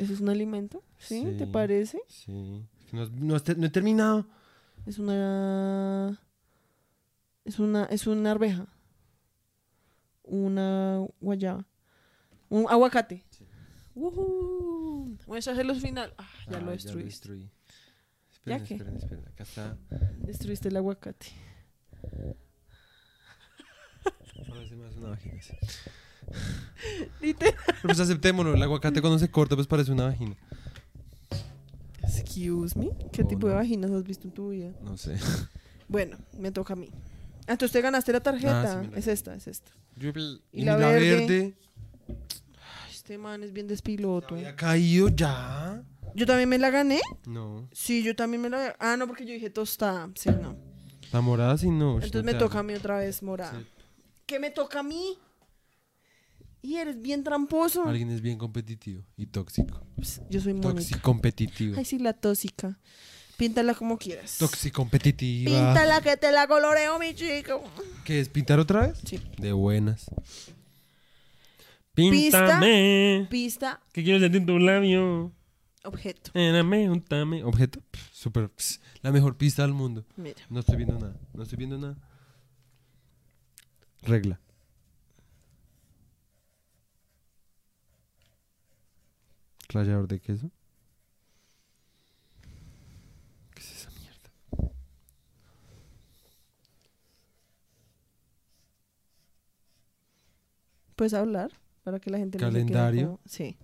A: ¿Eso es un alimento? ¿Sí?
B: Sí.
A: ¿Te parece?
B: Sí. Es que No, no has te- no he terminado.
A: Es una. Es una. Es una arveja. Una guayaba. Un aguacate. Ujú. Voy a hacer los final. Ah, ya lo
B: Ay,
A: destruiste.
B: destruí. Esperen,
A: qué?
B: esperen, esperen. Acá está.
A: Destruiste el aguacate.
B: Ahora se me hace una vagina. sí.
A: Literal.
B: Pero pues aceptémoslo. El aguacate cuando se corta, pues parece una vagina.
A: Excuse me. ¿Qué
B: Oh,
A: tipo de
B: no.
A: vaginas has visto en tu vida?
B: No sé.
A: Bueno, me toca a mí. Ah, entonces te ganaste la tarjeta.
B: me la
A: es
B: gané.
A: esta, es esta.
B: Y la, verde.
A: Ay, este man es bien despiloto. eh.
B: ¿Había caído ya?
A: ¿Yo también me la gané?
B: No.
A: Sí, yo también me la Ah, no, porque yo dije tostada. Sí, no.
B: La morada sí Pues no.
A: Entonces me toca a mí otra vez, morada.
B: Sí.
A: ¿Qué me toca a mí? Y eres bien tramposo.
B: Alguien es bien competitivo y tóxico.
A: Ps, Yo soy Mónica.
B: Toxicompetitivo.
A: Ay, sí, la tóxica. Píntala como quieras.
B: Toxicompetitiva.
A: Píntala que te la coloreo, mi chico.
B: ¿Qué es? ¿Pintar otra vez?
A: Sí.
B: De buenas.
C: Píntame.
A: Pista,
C: Que quiero sentir tus labios.
A: objeto.
C: Érame, untame.
B: Objeto. pf, Súper. pss, La mejor pista del mundo.
A: Mira.
B: No estoy viendo nada. No estoy viendo nada. Regla. Rallador de queso. ¿Qué es esa mierda?
A: ¿Puedes hablar? Para que la gente no se quede
B: Calendario.
A: como- Sí.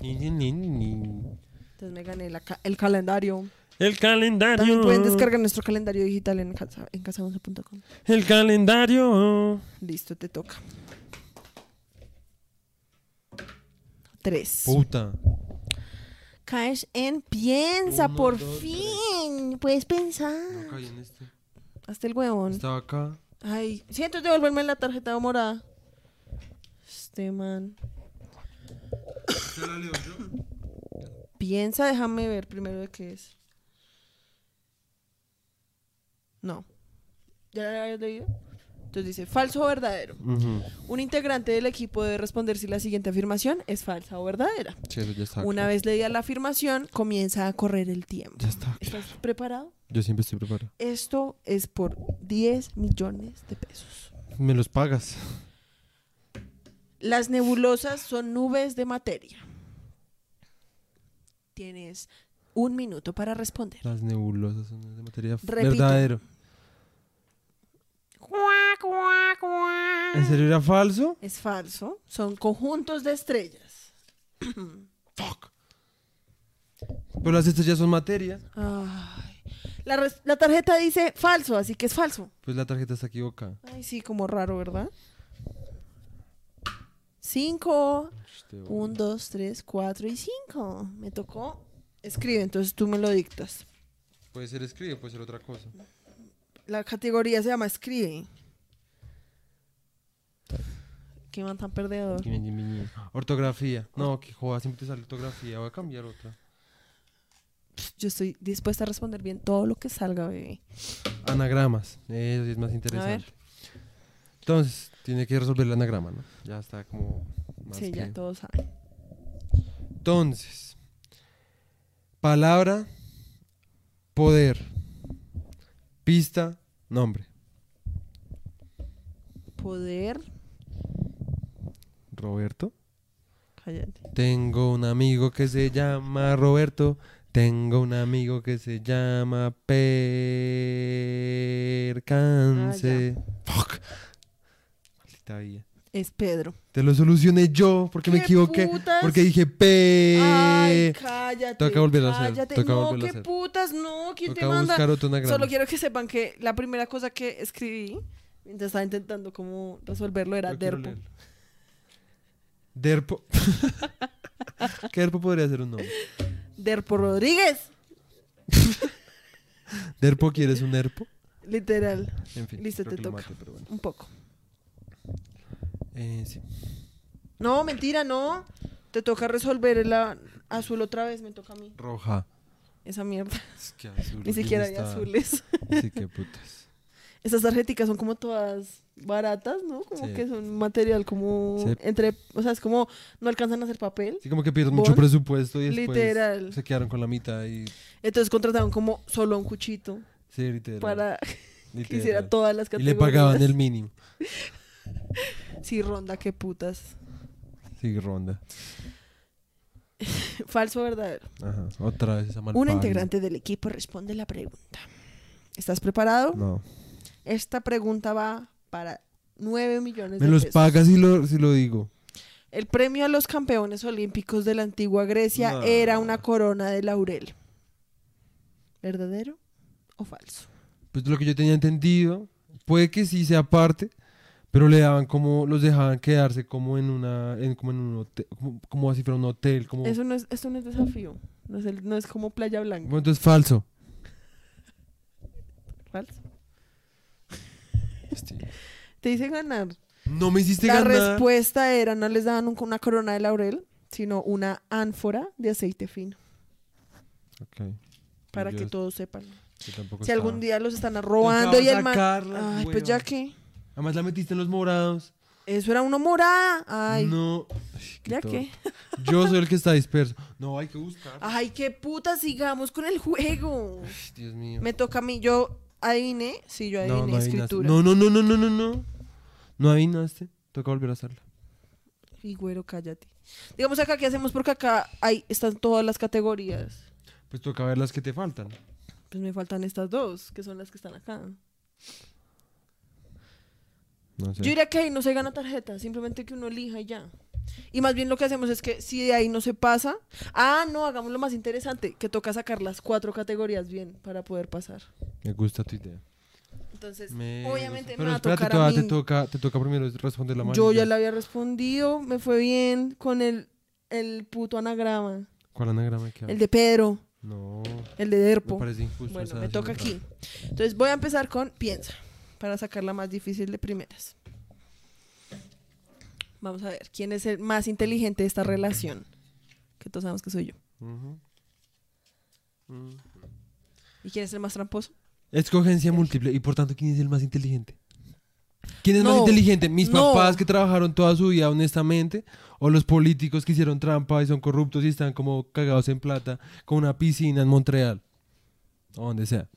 B: Ni, ni, ni, ni, ni.
A: Entonces me gané la ca- el calendario.
C: El calendario.
A: También pueden descargar nuestro calendario digital en, casa en casaonce.com.
C: El calendario.
A: Listo, te toca. Tres.
B: Puta.
A: Caes en piensa,
B: Uno,
A: por
B: dos,
A: fin. ni puedes pensar.
B: No caí en este.
A: Hazte el huevón.
B: Estaba acá.
A: Ay, siento devolverme la tarjeta morada. Este man.
B: ¿Te la leo yo?
A: Piensa, déjame ver primero de qué es. No. ¿Ya la habías leído? Entonces dice, falso o verdadero.
B: Ujú.
A: Un integrante del equipo debe responder si la siguiente afirmación es falsa o verdadera.
B: Sí, eso ya está.
A: Una vez leída la afirmación, comienza a correr el tiempo.
B: Ya está.
A: ¿Estás preparado?
B: Yo siempre estoy preparado.
A: Esto es por 10 millones de pesos.
B: Me los pagas.
A: Las nebulosas son nubes de materia. Tienes un minuto para responder.
B: Las nebulosas son de materia
A: Repito.
B: verdadero. ¿En serio era falso?
A: Es falso. Son conjuntos de estrellas.
B: Fuck. Pero las estrellas son materia.
A: Ay. La, res- la tarjeta dice falso, así que es falso.
B: Pues la tarjeta está equivocada.
A: Ay, sí, como raro, ¿verdad? Cinco.
B: Este, bueno.
A: Un, dos, tres, cuatro y cinco. Me tocó. Escribe, entonces tú me lo dictas.
B: Puede ser escribe, puede ser otra cosa.
A: La categoría se llama escribe. Qué man tan perdedor.
B: Ortografía. No, que joda, siempre te sale ortografía. Voy a cambiar otra.
A: Yo estoy dispuesta a responder bien todo lo que salga, bebé.
B: Anagramas. Eso sí es más interesante. Entonces, tiene que resolver el anagrama, ¿no? Ya está como más
A: sí,
B: que-
A: ya todos saben.
B: Entonces, palabra, poder, pista, nombre.
A: Poder.
B: Roberto.
A: Cállate.
B: Tengo un amigo que se llama Roberto. Tengo un amigo que se llama
A: Ah,
B: Percance. Fuck. Maldita vida.
A: Es Pedro.
B: Te lo solucioné yo porque me
A: ¡Qué
B: equivoqué.
A: putas!
B: Porque dije pe.
A: Ay, cállate.
B: Eh, toca volverlo a hacer,
A: cállate.
B: toca
A: no,
B: volverlo a
A: qué
B: hacer.
A: putas, no. ¿Quién
B: Toca
A: te manda?
B: buscar otro anagrama.
A: Solo quiero que sepan que la primera cosa que escribí mientras estaba intentando cómo resolverlo era
B: Yo quiero
A: derpo.
B: leerlo. Derpo. ¿Qué derpo podría ser un nombre?
A: Derpo Rodríguez.
B: ¿Derpo quieres un derpo?
A: Literal.
B: En fin.
A: Listo, te
B: creo que lo
A: toca.
B: maté, pero bueno.
A: Un poco.
B: Eh, sí.
A: No, mentira, no. Te toca resolver la azul otra vez, me toca a mí.
B: Roja.
A: Esa mierda.
B: Es que azul.
A: Ni siquiera hay
B: está-
A: azules.
B: Sí, qué putas.
A: Esas tarjetas son como todas baratas, ¿no? Como
B: Sí.
A: que son material como
B: Sí.
A: entre, o sea, es como no alcanzan a hacer papel.
B: Sí, como que pierden mucho
A: Bon.
B: presupuesto y después
A: Literal.
B: se quedaron con la mitad y...
A: Entonces contrataron como solo a un cuchito
B: Sí, literal.
A: para que
B: literal.
A: hiciera todas las
B: Y le
A: categorías.
B: pagaban el mínimo.
A: Sí, ronda, qué putas.
B: Sí, ronda.
A: Falso o verdadero.
B: Ajá. Otra vez esa
A: Un
B: malpárida.
A: integrante del equipo responde la pregunta. ¿Estás preparado?
B: No.
A: Esta pregunta va para 9 millones
B: Me
A: de
B: los
A: pesos.
B: pagas si lo, si lo digo.
A: El premio a los campeones olímpicos de la antigua Grecia
B: No.
A: era una corona de laurel. ¿Verdadero o falso?
B: Pues lo que yo tenía entendido, puede que sí sea parte, pero le daban como, los dejaban quedarse como en una, en, como en un hotel, como, como así fuera un hotel, como...
A: Eso no es, esto no es desafío. No es, el- no es como Playa Blanca.
B: Bueno, entonces falso.
A: Falso.
B: Este,
A: Te hice ganar.
B: No me hiciste
A: la
B: ganar.
A: respuesta era: no les daban un- una corona de laurel, sino una ánfora de aceite fino.
B: Ok.
A: Para
B: Yo-
A: que todos sepan.
B: yo tampoco
A: Si algún
B: estaba.
A: día los están robando y el man.
B: sacarla,
A: Ay, pues
B: huevón.
A: ya que.
B: Además la metiste en los morados.
A: Eso era uno morada. Ay,
B: No. Ay,
A: ya
B: todo.
A: que.
B: Yo soy el que está disperso. No, hay que buscar.
A: Ay, qué puta, sigamos con el juego.
B: Ay, Dios mío.
A: Me toca a mí. Yo adiviné. Sí, yo adiviné
B: no, no adivinaste.
A: escritura.
B: No, no, no, no, no, no, no. No adivinaste. Toca volver a hacerla.
A: Y güero, cállate. Digamos acá, ¿qué hacemos? Porque acá hay, están todas las categorías.
B: Pues toca ver las que te faltan.
A: Pues me faltan estas dos, que son las que están acá.
B: No sé.
A: Yo diría que ahí no se gana tarjeta, simplemente que uno elija y ya. Y más bien lo que hacemos es que si de ahí no se pasa. Ah, no, hagamos lo más interesante, que toca sacar las cuatro categorías bien para poder pasar.
B: Me gusta tu idea.
A: Entonces,
B: Me
A: obviamente me
B: gusta. Pero
A: va a
B: espérate,
A: tocar a
B: todavía
A: mí.
B: te toca, te toca primero responder la mano.
A: Yo ya le había respondido, me fue bien con el, el puto anagrama,
B: ¿Cuál anagrama que
A: el de Pedro.
B: No,
A: El de Derpo.
B: me parece injusto.
A: Bueno,
B: estar
A: me
B: haciendo
A: toca aquí.
B: trampa.
A: Entonces voy a empezar con piensa, para sacar la más difícil de primeras. Vamos a ver, ¿quién es el más inteligente de esta relación? Que todos sabemos que soy yo.
B: Ujú. Mm.
A: ¿Y quién es el más tramposo?
B: Escogencia múltiple. Y por tanto, ¿quién es el más inteligente? ¿Quién es más
A: No,
B: inteligente? ¿Mis
A: no.
B: papás que trabajaron toda su vida honestamente? ¿O los políticos que hicieron trampa y son corruptos y están como cagados en plata con una piscina en Montreal? O donde sea.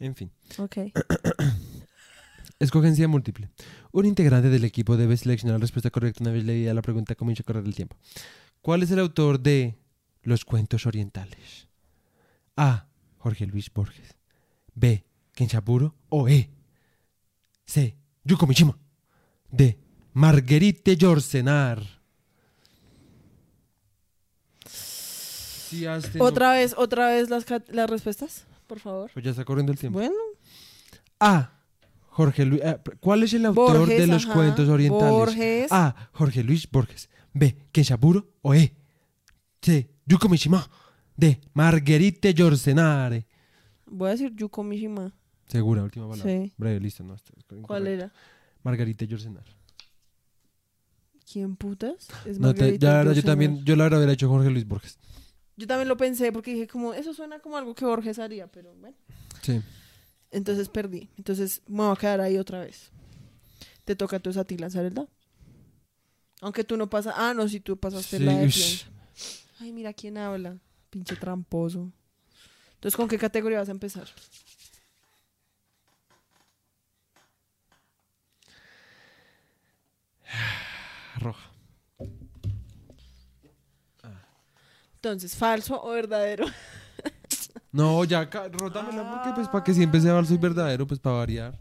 B: En fin.
A: Ok.
B: Escogencia múltiple. Un integrante del equipo debe seleccionar la respuesta correcta una vez leída la pregunta comienza a correr el tiempo. ¿Cuál es el autor de Los cuentos orientales? A. Jorge Luis Borges. B. Kenshapuro. O E. C. Yuko Mishima. D. Marguerite Jorcenar.
A: Otra vez, otra vez las, cat- las respuestas, por favor.
B: Pues ya está corriendo el tiempo.
A: Bueno,
B: A. Jorge Luis. eh, ¿Cuál es el autor
A: Borges,
B: de los
A: ajá.
B: cuentos orientales? Ah.
A: Borges.
B: A. Jorge Luis Borges. B. Kenshaburo o E. C. Yuko Mishima. D. Marguerite Yorcenare.
A: voy a decir Yuko Mishima.
B: Segura, última palabra.
A: Sí.
B: Breve, listo, no. está
A: ¿Cuál
B: incorrecto.
A: era?
B: Marguerite Yorcenar.
A: ¿Quién putas? Es
B: No, te-
A: Margarita
B: ya, la verdad, yo
A: Kirchner.
B: también, yo la verdad hubiera hecho Jorge Luis Borges.
A: Yo también lo pensé porque dije como, eso suena como algo que Borges haría, pero bueno.
B: Sí.
A: Entonces perdí. Entonces me voy a quedar ahí otra vez. Te toca entonces a ti lanzar el dado. Aunque tú no pasas. Ah, no, si tú pasaste
B: Sí,
A: la de
B: ush.
A: piensa. Ay, mira quién habla. Pinche tramposo. Entonces, ¿con qué categoría vas a empezar?
B: Roja.
A: Entonces, ¿falso o verdadero?
B: No, ya, ca- rótamela porque pues para que siempre sea falso y verdadero, pues para variar.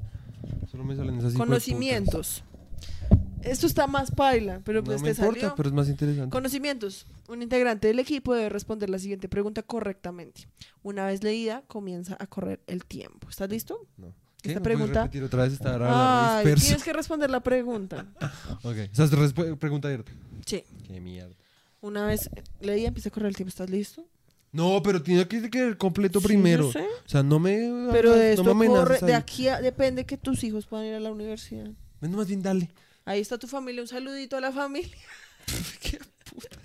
B: Solo me salen esas hijueputas.
A: Conocimientos. Esto está más paila, pero pues
B: no me
A: te
B: importa,
A: salió.
B: pero es más interesante.
A: Conocimientos. Un integrante del equipo debe responder la siguiente pregunta correctamente. Una vez leída, comienza a correr el tiempo. ¿Estás listo?
B: No.
A: ¿Esta
B: ¿Me puedes
A: pregunta?
B: repetir otra vez esta hora
A: Ay,
B: disperso.
A: tienes que responder la pregunta.
B: Ok, esa es respu- pregunta abierta.
A: Sí.
B: Qué mierda.
A: Una vez leí, empieza a correr el tiempo. ¿Estás listo?
B: No, pero tiene que quedar completo
A: Sí,
B: primero.
A: yo sé.
B: O sea, no me.
A: Pero de
B: no
A: esto
B: me
A: corre,
B: amenaces
A: de
B: ahí.
A: aquí a- depende que tus hijos puedan ir a la universidad.
B: Ven, más bien dale.
A: Ahí está tu familia, un saludito a la familia. Qué putas.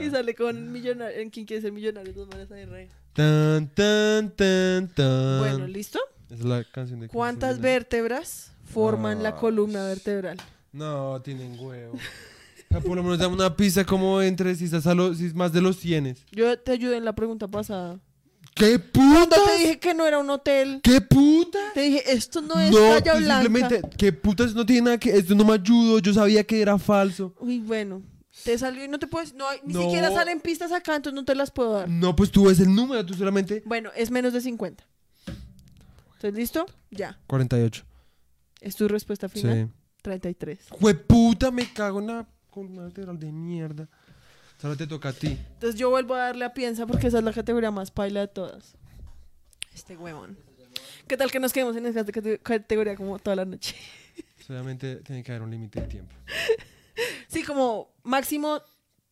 A: y sale con millonario, en quien quiere ser millonario, dos maneras ahí re.
B: Tan, tan, tan, tan.
A: Bueno, ¿listo?
B: Esa es la canción de.
A: ¿Cuántas
B: verdes?
A: vértebras forman la
B: Ah,
A: columna vertebral?
B: No, tienen huevo. Ah, Por lo menos dame una pista como entre si estás a los- si es más de los 100.
A: Yo te ayudé en la pregunta pasada.
B: ¡Qué
A: No
B: puta!
A: te dije que no era un hotel.
B: ¡Qué puta!
A: Te dije, esto no es
B: No,
A: talla
B: tú
A: blanca.
B: simplemente, qué putas, no tiene nada que. Esto no me ayudó, yo sabía que era falso.
A: Uy, bueno. Te salió y no te puedes. No hay, ni
B: No.
A: siquiera salen pistas acá, entonces no te las puedo dar.
B: No, pues tú ves el número, tú solamente.
A: Bueno, es menos de 50. ¿Estás listo? Ya.
B: 48.
A: Es tu respuesta final.
B: Sí.
A: 33.
B: Jueputa, me cago en la columna vertebral de mierda. Solo te toca a ti.
A: Entonces yo vuelvo a darle a piensa porque esa es la categoría más paila de todas. Este huevón. ¿Qué tal que nos quedemos en esa cate- categoría como toda la noche?
B: Solamente tiene que haber un límite de tiempo.
A: Sí, como máximo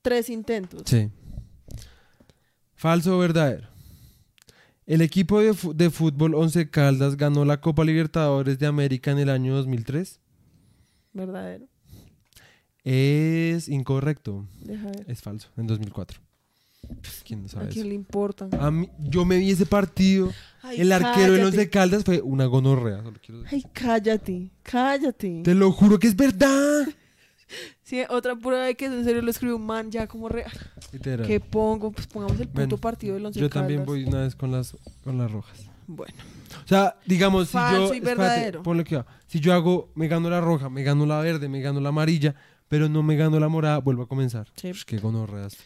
A: tres intentos.
B: Sí. Falso o verdadero. El equipo de, fu- de fútbol Once Caldas ganó la Copa Libertadores de América en el año 2003.
A: Verdadero.
B: Es incorrecto.
A: Deja ver.
B: Es falso. En 2004. Pues, ¿Quién no sabe
A: ¿A quién
B: eso?
A: le importa?
B: A mí- yo me vi ese partido.
A: Ay,
B: El arquero de
A: cállate.
B: Once Caldas fue una gonorrea. solo quiero decir.
A: Ay, cállate, cállate.
B: Te lo juro que es verdad.
A: Sí, otra prueba de que en serio lo escribió un man ya como re...
B: Literal.
A: ¿Qué pongo? Pues pongamos el
B: Ven,
A: puto partido del once
B: Yo también
A: Caldas.
B: voy una vez con las, con las rojas.
A: Bueno,
B: O sea, digamos,
A: Falso
B: si yo.
A: y verdadero.
B: ponle que va. Si yo hago, me gano la roja, me gano la verde, me gano la amarilla, pero no me gano la morada, vuelvo a comenzar.
A: Sí.
B: Ush, qué gonorreas.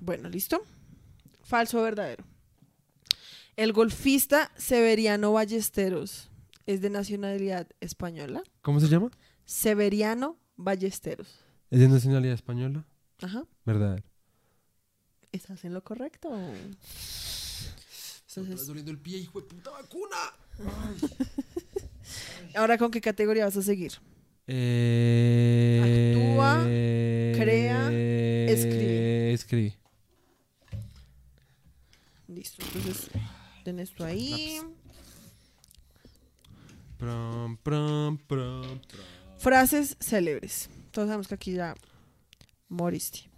A: bueno, ¿listo? Falso o verdadero. El golfista Severiano Ballesteros es de nacionalidad española.
B: ¿Cómo se llama?
A: Severiano Ballesteros.
B: Es de nacionalidad española.
A: Ajá,
B: Verdadero.
A: ¿estás en lo correcto?
B: Se
A: Entonces-
B: doliendo el pie, hijo de puta vacuna.
A: Ahora, ¿con qué categoría vas a seguir?
B: Eh,
A: Actúa, crea, escribe.
B: Escribe.
A: Listo, entonces ten esto ahí.
B: Prom, prom, prom, prom.
A: Frases célebres. Todos sabemos que aquí ya moriste.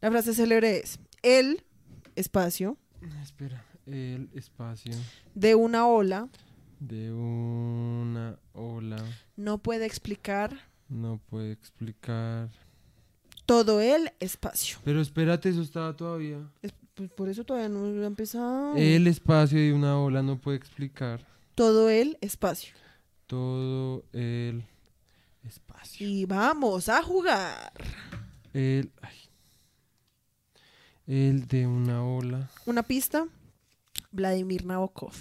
A: La frase célebre es, el espacio
B: Espera, el espacio
A: de una ola
B: de una ola
A: no puede explicar
B: no puede explicar.
A: todo el espacio.
B: Pero espérate, eso estaba todavía.
A: Es- pues por eso todavía no ha empezado.
B: El espacio de una ola no puede explicar
A: Todo el espacio.
B: todo el espacio.
A: Y vamos a jugar.
B: El, ay. el de una ola.
A: Una pista. Vladimir Nabokov.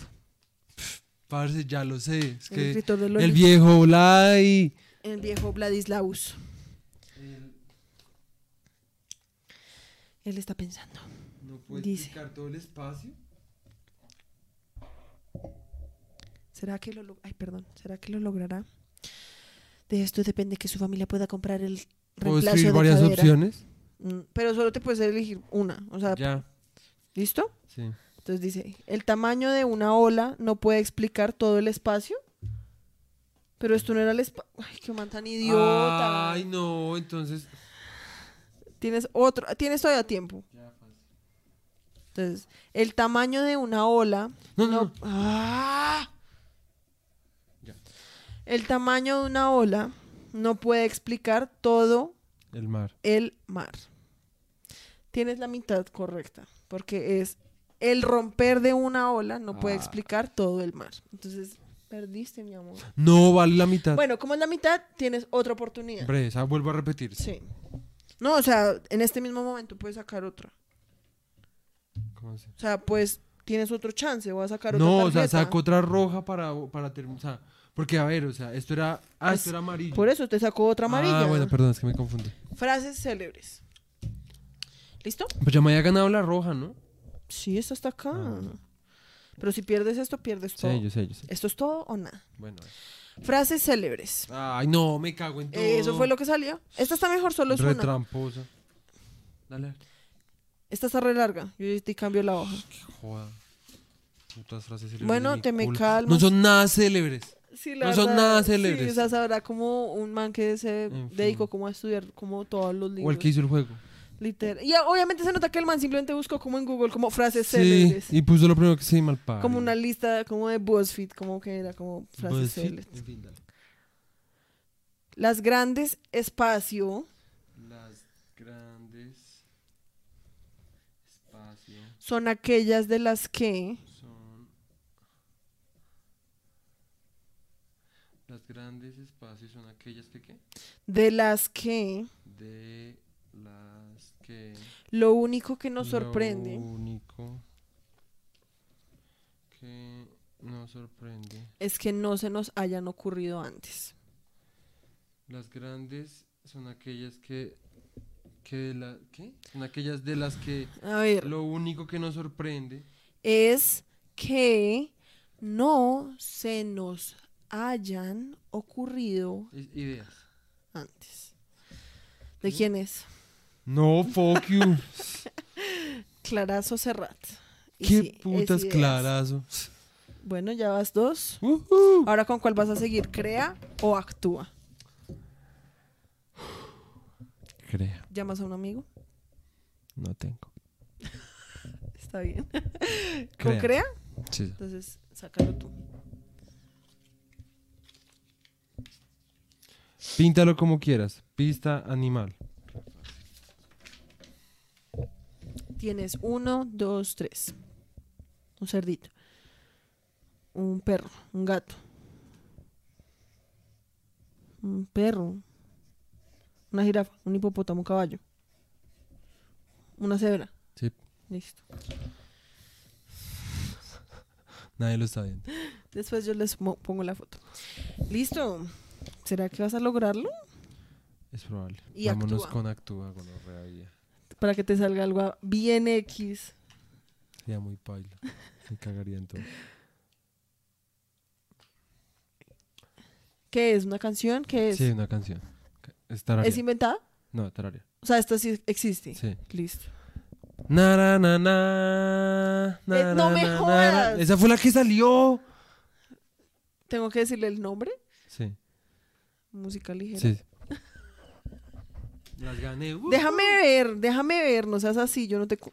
B: Parce, ya lo sé. Es
A: el
B: que
A: escritor de
B: el
A: Lolita.
B: viejo Olay.
A: El viejo Vladislaus. Él está pensando.
B: No puede
A: Dice.
B: explicar todo el espacio.
A: ¿Será que lo lo- Ay, perdón. ¿Será que lo logrará? De esto depende que su familia pueda comprar el
B: Puedo
A: reemplazo
B: escribir
A: de
B: Oh, varias
A: cadera.
B: opciones.
A: Mm, Pero solo te puedes elegir una. O sea,
B: Ya,
A: ¿listo?
B: sí.
A: Entonces dice, el tamaño de una ola no puede explicar todo el espacio. Pero esto no era el espacio. Ay, qué man tan idiota.
B: Ay, no, entonces.
A: Tienes otro, tienes todavía tiempo. Entonces, el tamaño de una ola
B: No, no, no.
A: ¡Ah!
B: Ya.
A: El tamaño de una ola no puede explicar todo
B: El mar.
A: el mar. Tienes la mitad correcta, porque es el romper de una ola no puede
B: Ah.
A: explicar todo el mar. Entonces, perdiste, mi amor.
B: No vale la mitad.
A: Bueno, como es la mitad, tienes otra oportunidad.
B: Hombre, esa vuelvo a repetir.
A: Sí. No, o sea, en este mismo momento puedes sacar otra.
B: ¿Cómo así?
A: O sea, pues tienes otro chance, voy a sacar otra.
B: No, o sea,
A: tarjeta.
B: saco otra roja para, para terminar. O sea, porque, a ver, o sea, esto era. Ah,
A: Es
B: esto era amarillo.
A: Por eso te sacó otra amarilla.
B: Ah, bueno, perdón, es que me confundí.
A: Frases célebres. ¿Listo?
B: Pues ya me había ganado la roja, ¿no?
A: Sí, esto está acá.
B: Ah.
A: Pero si pierdes esto, pierdes todo.
B: Sí, yo sé, yo sé.
A: ¿Esto es todo o nada?
B: Bueno. eh.
A: Frases célebres.
B: Ay, no, me cago en todo.
A: Eh, Eso fue lo que salió. Esta está mejor, solo es una.
B: Retramposa. Dale.
A: Esta está re larga. Yo ya te cambio la hoja.
B: Qué joda. Putas frases célebres.
A: Bueno,
B: de mi
A: te me
B: culo.
A: calmas.
B: No son nada célebres.
A: Sí,
B: No son nada
A: sí,
B: célebres.
A: o sea, sabrá como un man que se
B: En fin.
A: dedicó como a estudiar como todos los
B: O
A: libros.
B: el que hizo el juego.
A: Literal. Y obviamente se nota que el man simplemente buscó como en Google como frases
B: Sí,
A: célebres.
B: y puso lo primero que se mal para.
A: Como una lista como de BuzzFeed, como que era como frases célebres.
B: Pues En fin, dale.
A: Las grandes espacio
B: Las grandes espacios
A: son aquellas de las que
B: son las grandes espacios son aquellas que ¿qué?
A: de las que
B: de las que
A: lo único que nos
B: lo
A: sorprende
B: único que nos sorprende
A: es que no se nos hayan ocurrido antes.
B: las grandes son aquellas que que de la ¿qué? son aquellas de las que
A: A ver,
B: lo único que nos sorprende
A: es que no se nos hayan ocurrido
B: es ideas
A: antes. ¿De quién es?
B: no fuck you
A: Clarazo Serrat. Y
B: qué
A: sí, es
B: putas
A: ideas.
B: clarazo
A: Bueno, ya vas dos.
B: Ujú.
A: Ahora con cuál vas a seguir, crea o actúa.
B: Crea,
A: ¿Llamas a un amigo?
B: no tengo.
A: Está bien. ¿Con
B: Crea.
A: crea?
B: Sí.
A: Entonces, sácalo tú.
B: Píntalo como quieras. Pista animal.
A: Tienes uno, dos, tres. Un cerdito. Un perro. Un gato. Un perro. Una jirafa. Un hipopótamo. Un caballo. Una cebra.
B: Sí.
A: Listo.
B: Nadie lo está viendo.
A: Después yo les mo- pongo la foto. Listo. ¿Será que vas a lograrlo?
B: Es probable.
A: Y
B: Vámonos
A: actúa.
B: con actúa, con la
A: Para que te salga algo a- bien X.
B: Sería muy paila. Me cagaría en todo.
A: ¿Qué es? ¿Una canción? ¿Qué es?
B: Sí, una canción. Es tararia.
A: ¿Es inventada?
B: No, tararia.
A: O sea, esta sí existe.
B: Sí.
A: Listo.
B: Na, na, na, na, na,
A: Eh, no
B: na,
A: me
B: na, na,
A: jodas.
B: na. Esa fue la que salió.
A: ¿Tengo que decirle el nombre?
B: Sí,
A: Música ligera.
B: sí. Las gané. Uh.
A: Déjame ver, déjame ver, no seas así, yo no te... cu-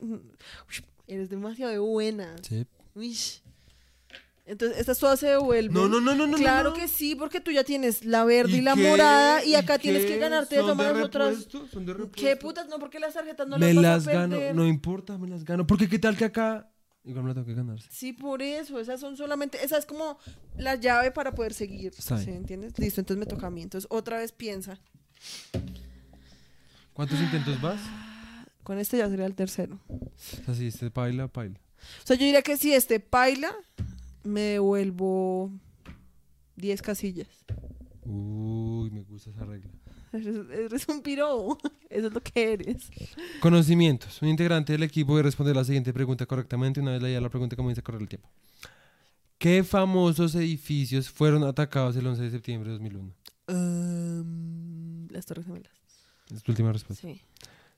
A: Ush, eres demasiado buena.
B: Sí.
A: Uish. Entonces, estas todas se devuelven.
B: No, no, no, no, no.
A: Claro
B: no, no.
A: que sí, porque tú ya tienes la verde y,
B: ¿Y
A: la
B: qué?
A: morada y
B: ¿Y
A: acá tienes
B: qué?
A: que ganarte de
B: ¿Son
A: todas
B: de
A: otras.
B: repuesto? ¿Son de
A: ¿Qué
B: repuesto?
A: putas? No, porque las tarjetas no
B: me
A: las,
B: las
A: vas a
B: gano,
A: perder.
B: no importa, me las gano. Porque qué tal que acá igual me la tengo que ganarse.
A: Sí, por eso, esas son solamente, esa es como la llave para poder seguir.
B: Está
A: ¿Sí
B: bien.
A: entiendes? Listo, entonces me toca a mí. Entonces, otra vez piensa.
B: ¿Cuántos intentos vas?
A: Con este ya sería el tercero.
B: O sea, si este paila, paila.
A: O sea, yo diría que si este paila, me devuelvo 10 casillas.
B: Uy, me gusta esa regla.
A: Eres, eres un piro. Eso es lo que eres.
B: Conocimientos. Un integrante del equipo debe responder la siguiente pregunta correctamente. Una vez leída la pregunta, comienza a correr el tiempo. ¿Qué famosos edificios fueron atacados el 11 de septiembre de 2001?
A: Em, las Torres Gemelas.
B: Es tu última respuesta.
A: Sí.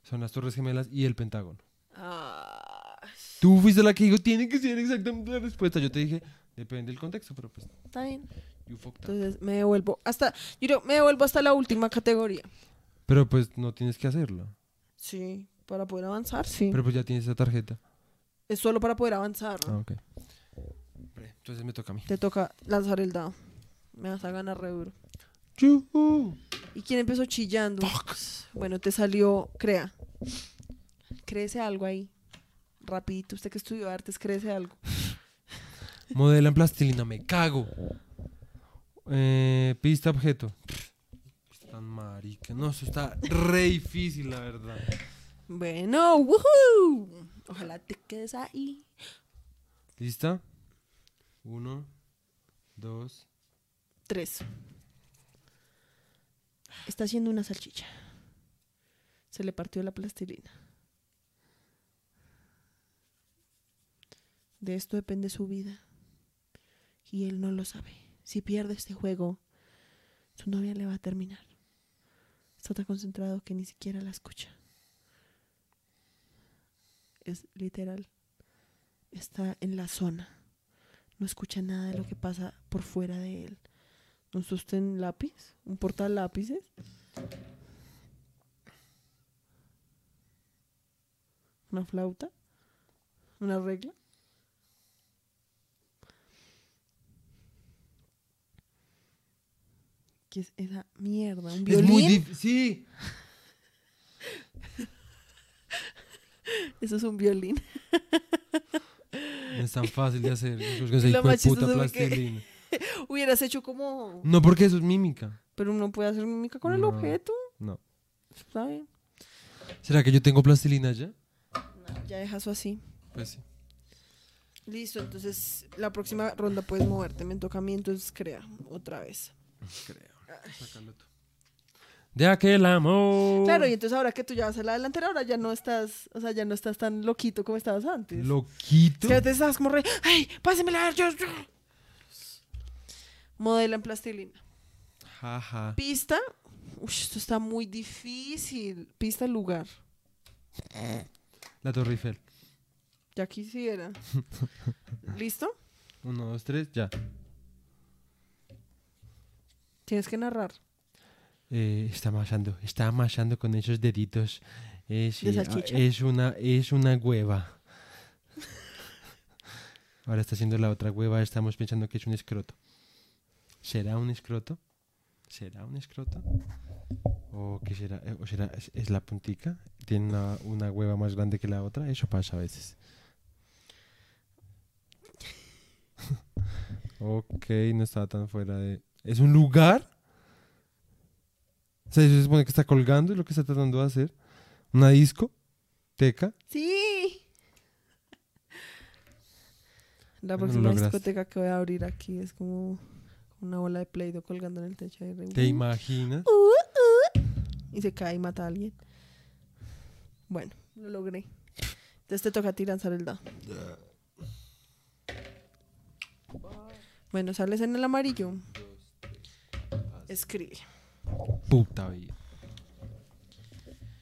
B: Son las Torres Gemelas y el Pentágono.
A: Ah,
B: Tú fuiste la que dijo, tiene que ser exactamente la respuesta. Yo te dije, depende del contexto, pero pues,
A: está bien.
B: you fucked up.
A: Entonces me devuelvo hasta, yo creo, me devuelvo hasta la última categoría.
B: Pero pues no tienes que hacerlo.
A: Sí, para poder avanzar, sí.
B: Pero pues ya tienes esa tarjeta.
A: Es solo para poder avanzar.
B: Ah, ok. Bre, Entonces me toca a mí.
A: Te toca lanzar el dado. Me vas a ganar re duro.
B: Yujú.
A: ¿Y quién empezó chillando? Bueno, te salió, crea. Crece algo ahí. Rapidito, usted que estudió artes, crece algo.
B: Modela en plastilina, me cago. Eh, pista objeto. Tan marica. No, eso está re difícil, la verdad.
A: Bueno, woohoo. Ojalá te quedes ahí.
B: ¿Lista? Uno, dos.
A: Tres. Está haciendo una salchicha. Se le partió la plastilina. De esto depende su vida. Y él no lo sabe. Si pierde este juego, su novia le va a terminar. Está tan concentrado que ni siquiera la escucha. Es literal. Está en la zona. No escucha nada de lo que pasa por fuera de él. ¿No sostén lápiz? ¿Un portal lápices? ¿Una flauta? ¿Una regla? ¿Qué es esa mierda? ¿Un violín?
B: Es muy difícil. Sí.
A: Eso es un violín.
B: No es tan fácil de hacer. Yo creo que ese
A: Lo
B: hijo de
A: más
B: puta
A: chistoso fue que-
B: plastilina.
A: Hubieras hecho como...
B: No, porque eso es mímica.
A: Pero uno puede hacer mímica con el
B: No.
A: objeto,
B: No.
A: ¿sabes?
B: ¿Será que yo tengo plastilina ya?
A: ya deja eso así.
B: Pues sí.
A: Listo, entonces la próxima ronda puedes moverte. Me toca a mí, entonces crea otra vez.
B: Sácalo tú. De aquel amor.
A: Claro, y entonces ahora que tú ya vas a la delantera, ahora ya no estás, o sea, ya no estás tan loquito como estabas antes. Es
B: Loquito.
A: que antes estabas como re, ¡ay, pásemela! Yo, yo". Modela en plastilina.
B: Jaja.
A: Pista. Uy, esto está muy difícil. Pista, lugar.
B: La Torre Eiffel.
A: Ya quisiera. ¿Listo?
B: Uno, dos, tres, ya.
A: Tienes que narrar.
B: Eh, está amachando, está amachando con esos deditos. Eh, sí,
A: ¿De
B: ah,
A: salchicha?
B: es una, es una hueva. Ahora está haciendo la otra hueva, estamos pensando que es un escroto. ¿Será un escroto? ¿Será un escroto? ¿O qué será? Eh, ¿O será? ¿Es, es la puntica? ¿Tiene una, una hueva más grande que la otra? Eso pasa a veces. ok, no estaba tan fuera de... ¿Es un lugar? O sea, se supone que está colgando, es lo que está tratando de hacer. Una disco, teca.
A: Sí. La
B: Bueno, lo
A: próxima
B: lograste.
A: discoteca que voy a abrir aquí es como una bola de Play-Doh colgando en el techo. ahí, re-
B: ¿Te imaginas?
A: y se cae y mata a alguien. Bueno, lo logré. Entonces te toca a ti lanzar el dado. Bueno, sales en el amarillo. Escribe.
B: Puta vida.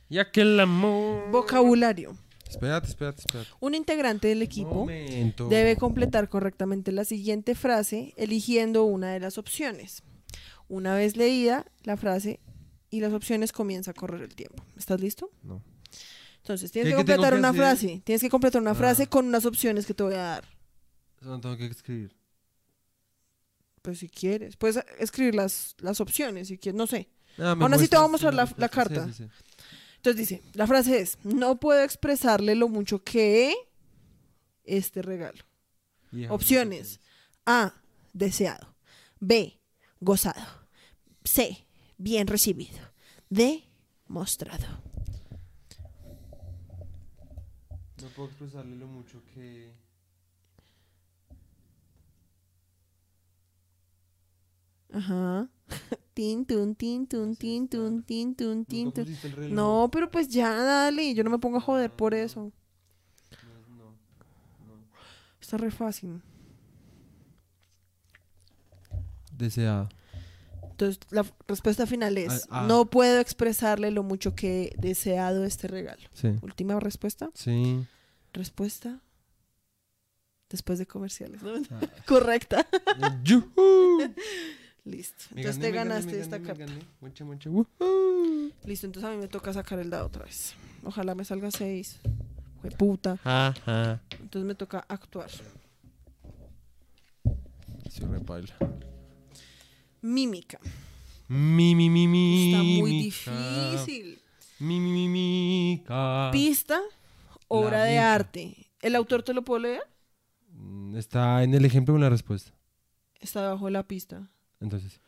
B: Y aquel amor.
A: Vocabulario.
B: Espérate, espérate, espérate.
A: Un integrante del equipo
B: Momento.
A: debe completar correctamente la siguiente frase eligiendo una de las opciones. Una vez leída la frase y las opciones comienza a correr el tiempo. ¿Estás listo?
B: No.
A: Entonces, tienes
B: ¿Qué-
A: que
B: qué tengo
A: completar
B: que
A: una
B: hacer?
A: frase. Tienes que completar una
B: Ah.
A: frase con unas opciones que te voy a dar.
B: Eso no tengo que escribir.
A: Pues si quieres, puedes escribir las, las opciones si quieres, no sé.
B: Ah, me
A: Aún así te voy a mostrar
B: muestras,
A: la-
B: me
A: la
B: muestras, sí,
A: carta.
B: sí, sí.
A: Entonces dice, la frase es, no puedo expresarle lo mucho que este regalo.
B: Hija,
A: Opciones. A, deseado. B, gozado. C, bien recibido. D, mostrado.
B: No puedo expresarle lo mucho que.
A: Ajá. Tin, tun, tin, tun, tin, tun, tin, tun, tin,
B: Nunca
A: tun.
B: pusiste el reloj.
A: No, pero pues ya, dale. Yo no me pongo a joder por
B: Ah.
A: eso.
B: No, no, no.
A: Está re fácil.
B: Deseado.
A: Entonces, la f- respuesta final es,
B: Ah, ah.
A: no puedo expresarle lo mucho que he deseado este regalo.
B: Sí.
A: Última respuesta.
B: Sí.
A: Respuesta. Después de comerciales. ¿no? Correcta.
B: Yujú.
A: Listo.
B: Me
A: Entonces
B: gané,
A: te
B: me gané,
A: ganaste
B: me
A: esta
B: gané, me
A: carta.
B: gané. Mucha, mucha. Woohoo.
A: Listo, entonces a mí me toca sacar el dado otra vez. Ojalá me salga seis. Jue puta.
B: Ajá.
A: Entonces me toca actuar.
B: Se repaila.
A: Mímica.
B: Mi, mi, mi, mi.
A: Está muy
B: mica.
A: difícil.
B: Mi, mi, mi, mica.
A: Pista, obra de
B: mica.
A: arte. ¿El autor te lo puedo leer?
B: Mm, Está en el ejemplo una respuesta.
A: Está debajo de la pista.
B: Entonces.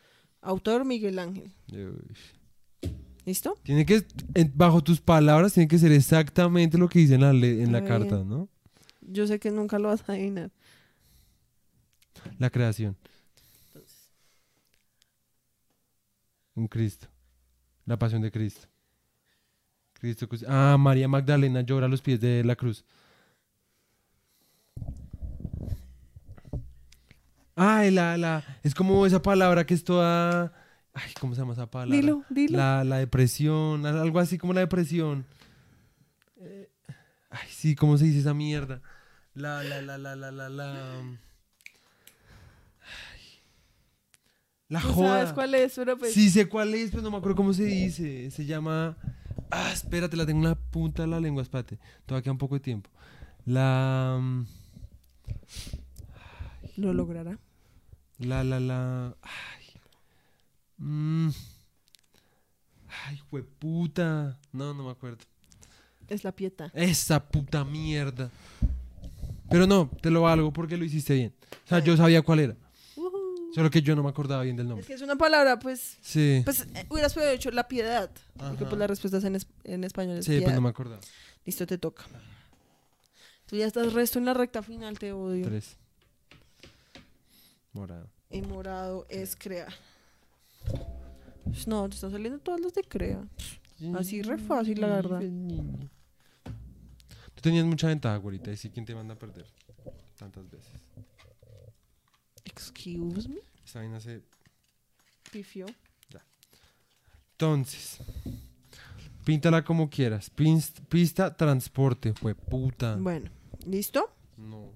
A: Autor Miguel Ángel.
B: uy.
A: ¿Listo?
B: Tiene que, en- bajo tus palabras, tiene que ser exactamente lo que dice en la, le- en la
A: Está bien.
B: carta, ¿no?
A: Yo sé que nunca lo vas a adivinar.
B: La creación. Un Cristo. La pasión de Cristo. Cristo cruci- Ah, María Magdalena llora a los pies de la cruz. Ay, la, la. Es como esa palabra que es toda. Ay, ¿cómo se llama esa palabra?
A: Dilo, dilo.
B: La, la depresión, al- algo así como la depresión. Eh, ay, sí, ¿cómo se dice esa mierda? La, la, la, la, la, la, la. um, ay. La
A: Tú
B: joda.
A: sabes cuál es, pero pues.
B: Sí, sé cuál es, pero no me acuerdo cómo se dice. Se llama. Ah, espérate, la tengo en la punta de la lengua, espérate. Todavía queda un poco de tiempo. La. um,
A: Lo logrará.
B: La, la, la. Ay. Mm. Ay, hueputa. No, no me acuerdo.
A: Es la pieta.
B: Esa puta mierda. Pero no, te lo valgo porque lo hiciste bien. O sea,
A: Ay.
B: yo sabía cuál era.
A: Ujú.
B: Solo que yo no me acordaba bien del
A: Es
B: nombre.
A: que es una palabra, pues.
B: Sí.
A: Pues eh, hubieras podido hecho la piedad. Porque
B: Ajá.
A: pues la respuesta es en, es- en español. Es
B: Sí, pues
A: piedad.
B: no me acordaba.
A: Listo, te toca. Tú ya estás resto en la recta final, te odio.
B: Tres. Morado.
A: Y morado es crea. Pues, No, te están saliendo todas las de crea. Así re fácil, la verdad.
B: Tú tenías mucha ventaja, güerita. Y sí, ¿quién te manda a perder? Tantas veces.
A: Excuse me,
B: Esta vaina se
A: pifió.
B: Entonces, píntala como quieras. Pins- pista, transporte, fue puta.
A: Bueno, ¿listo?
B: No.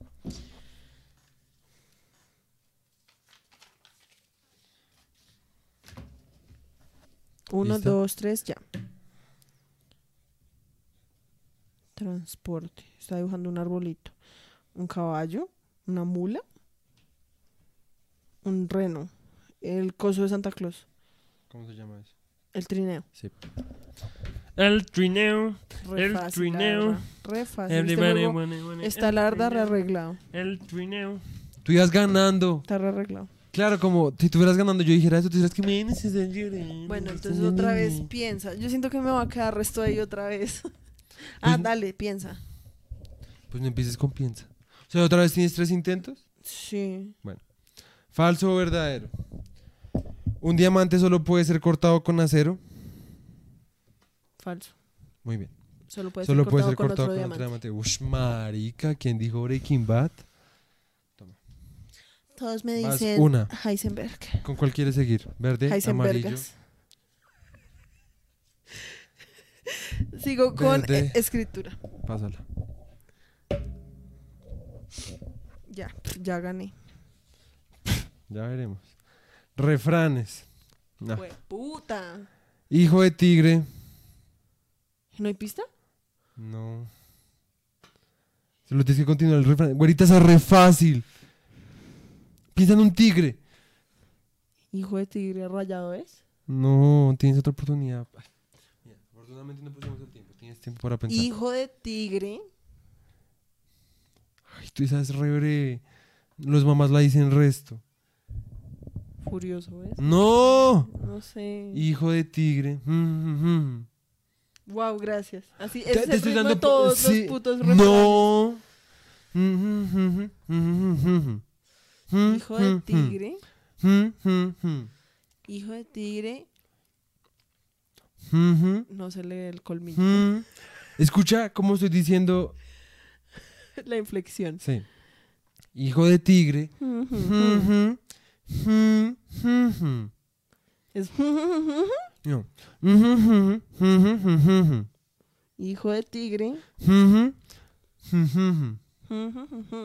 A: Uno,
B: ¿Listo?
A: dos, tres, ya. Transporte. Está dibujando un arbolito. Un caballo, una mula, un reno, el coso de Santa Claus,
B: ¿Cómo se llama eso?
A: el trineo.
B: Sí.
C: El trineo.
A: Re
C: El
A: fácil, la
C: trineo.
A: verdad. Re fácil. Este
C: Everybody
A: juego
C: wanna- wanna-
A: Está
C: el
A: larda
C: trineo,
A: rearreglado.
C: El trineo.
B: Tú ibas ganando.
A: Está rearreglado.
B: Claro, como si tuvieras ganando, yo dijera eso, tú dijeras que me necesitas llorar.
A: Bueno, entonces otra vez piensa. Yo siento que me va a quedar resto ahí otra vez. ah,
B: Pues-
A: dale, piensa.
B: Pues no empieces con piensa. O sea, otra vez tienes tres intentos.
A: Sí.
B: Falso o verdadero. Un diamante solo puede ser cortado con acero.
A: Falso.
B: Muy bien.
A: Solo puede
B: solo
A: ser
B: puede
A: cortado,
B: ser cortado
A: con otro diamante.
B: diamante. Ush, marica, ¿quién dijo Breaking Bad?
A: Todos me
B: Más
A: dicen
B: una.
A: Heisenberg.
B: ¿Con cuál quieres seguir? ¿Verde? ¿Amarillo?
A: Heisenbergas. Sigo con
B: Desde-
A: eh, escritura.
B: Pásala.
A: Ya, ya gané.
B: Ya veremos. Refranes. No.
A: Jue- puta.
B: Hijo de tigre.
A: ¿No hay pista?
B: No. Se lo tienes que continuar el refrán. Güerita, esa es re fácil. Piensa en un tigre.
A: Hijo de tigre rayado es.
B: No, tienes otra oportunidad. Ay, mira, afortunadamente no pusimos el tiempo. Tienes tiempo para pensar.
A: Hijo de tigre.
B: Ay, tú esa es re breve. Los mamás la dicen resto.
A: Furioso es.
B: ¡No!
A: No sé.
B: Hijo de tigre. Mm, mm, mm.
A: Wow, gracias. Así
B: Te-
A: es
B: te estoy
A: el ritmo de
B: dando po-
A: todos
B: sí.
A: los putos refranes.
B: No. Mm, mm, mm, mm, mm, mm.
A: Hijo
B: Mm,
A: de
B: mm,
A: tigre.
B: mm, mm, mm.
A: Hijo de tigre.
B: Ujú,
A: No se lee el colmillo.
B: ujú. Escucha cómo estoy diciendo.
A: La inflexión.
B: Sí. Hijo de tigre. Ujú, ujú, ujú.
A: Es
B: No. Ujú, ujú, ujú, ujú,
A: hijo de tigre.
B: ujú. Ujú, ujú.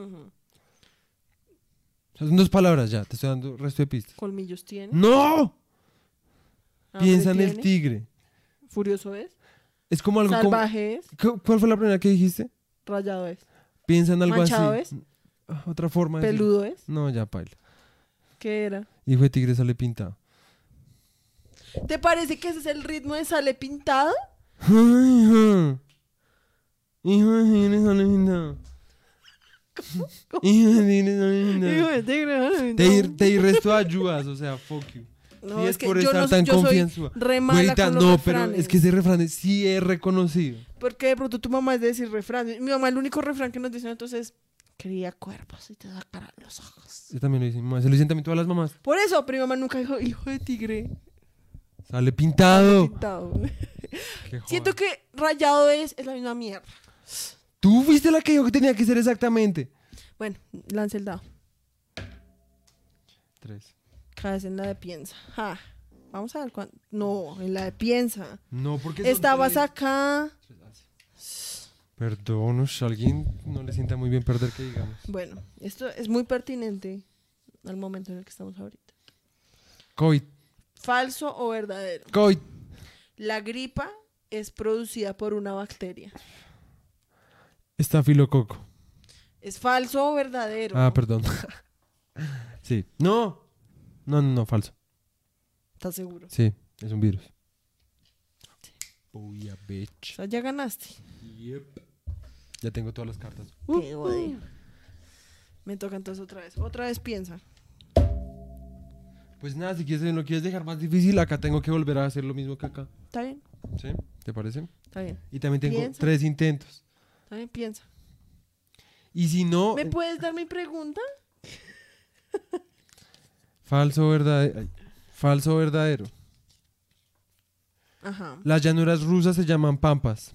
B: Son dos palabras ya, te estoy dando resto de pistas.
A: Colmillos tiene.
B: ¡No!
A: hambre
B: Piensa en el
A: tiene,
B: tigre.
A: Furioso es.
B: Es como algo como.
A: Salvaje es.
B: ¿Cu- ¿Cuál fue la primera que dijiste?
A: Rayado es.
B: Piensa en algo
A: Manchado
B: así. Ah, Otra forma. de decirlo.
A: Peludo es.
B: No, ya, paila.
A: ¿Qué era?
B: Hijo de tigre sale pintado.
A: ¿Te parece que ese es el ritmo de sale pintado?
B: Hijo Hijo de tigre sale pintado. Hijo de tigre sale
A: Hijo
B: pintado.
A: de tigre. sale
B: Te
A: pintado.
B: ir- Te ir resto ayudas, o sea, fuck you.
A: No,
B: Sí,
A: es
B: es
A: que
B: por
A: yo
B: estar
A: no-
B: tan
A: yo soy
B: confianzuda.
A: Re mala
B: Güerita,
A: con los
B: no, pero
A: refranes.
B: es que ese refrán sí es reconocido.
A: Porque de pronto tu mamá es de decir refranes. Mi mamá, el único refrán que nos dice entonces, cría cuerpos y te sacarán los ojos.
B: Yo también lo dicen, se lo dicen también todas las mamás.
A: Por eso, pero mi mamá nunca dijo, hijo de tigre.
B: Sale pintado.
A: pintado.
B: Qué joda.
A: Siento que rayado es, es la misma mierda.
B: Tú fuiste la que dijo que tenía que ser exactamente.
A: Bueno, lance el dado.
B: Tres.
A: Cada vez en la de piensa. Ja. Vamos a ver cuánto. No, en la de piensa.
B: No, porque son
A: Estabas
B: tres.
A: acá.
B: Perdónos, alguien no le sienta muy bien perder que digamos.
A: Bueno, esto es muy pertinente al momento en el que estamos ahorita.
B: COVID,
A: Falso o verdadero.
B: COVID.
A: La gripa es producida por una bacteria.
B: Estafilococo.
A: ¿Es falso o verdadero?
B: Ah, perdón. sí. No. No, no, no, falso.
A: ¿Estás seguro? O
B: Sí, es un virus. Oh, yeah, bitch.
A: sea, ya ganaste.
B: Yep. Ya tengo todas las cartas.
A: Te odio. Me toca entonces otra vez. Otra vez piensa.
B: Pues nada, si quieres, lo quieres dejar más difícil, acá tengo que volver a hacer lo mismo que acá.
A: ¿Está bien?
B: ¿Sí? ¿Te parece?
A: Está bien.
B: Y también tengo
A: Piensa.
B: tres intentos.
A: Está bien, piensa.
B: Y si no,
A: ¿Me
B: eh,
A: puedes dar mi pregunta?
B: falso verdadero. Falso verdadero.
A: Ajá.
B: Las llanuras rusas se llaman pampas.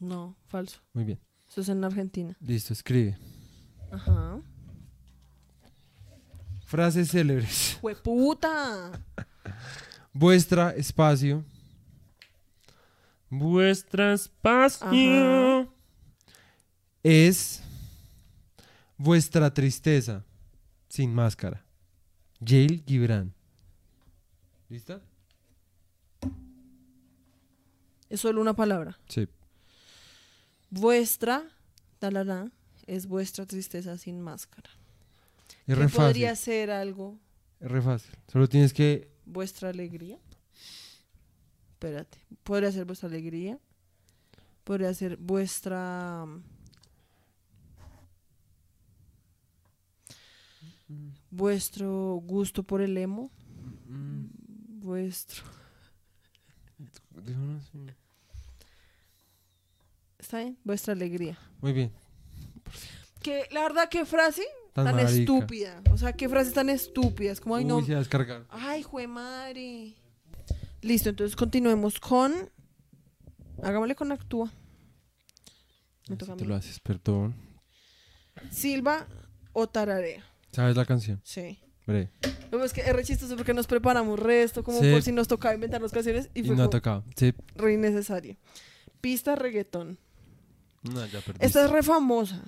A: No, falso.
B: Muy bien.
A: Eso es en Argentina.
B: Listo, escribe.
A: Ajá.
B: Frases célebres.
A: ¡Jueputa!
B: Vuestra espacio.
C: Vuestra espacio.
A: Ajá.
B: es vuestra tristeza sin máscara. Jail Gibran. ¿Lista?
A: Es solo una palabra.
B: Sí.
A: Vuestra, talala, es vuestra tristeza sin máscara.
B: Es
A: ¿Qué
B: re fácil.
A: podría ser algo?
B: Es re fácil. Solo tienes que.
A: ¿Vuestra alegría? Espérate. ¿Podría ser vuestra alegría? ¿Podría ser vuestra... mm, Vuestro gusto por el emo?
B: mm,
A: Vuestro... ¿Está bien? Vuestra alegría.
B: Muy bien.
A: Que, la verdad, qué frase
B: Tan,
A: tan,
B: marica.
A: estúpida. O sea, qué frase tan estúpida. Es como, ay, no...
B: Uy, se va a descargar.
A: Ay, jue madre. Listo, entonces continuemos con. Hagámosle con actúa. Me
B: Ay,
A: toca a
B: si te
A: mí.
B: lo haces, perdón.
A: Silva o tararea.
B: ¿Sabes la canción?
A: Sí.
B: Breve.
A: Pero es que es re chistoso porque nos preparamos resto, como
B: Sí.
A: por si nos tocaba inventarnos canciones y
B: Y
A: fue
B: no ha
A: como
B: tocado. Sí.
A: re innecesario. Pista reggaetón.
B: No, ya perdiste.
A: Esta es re famosa.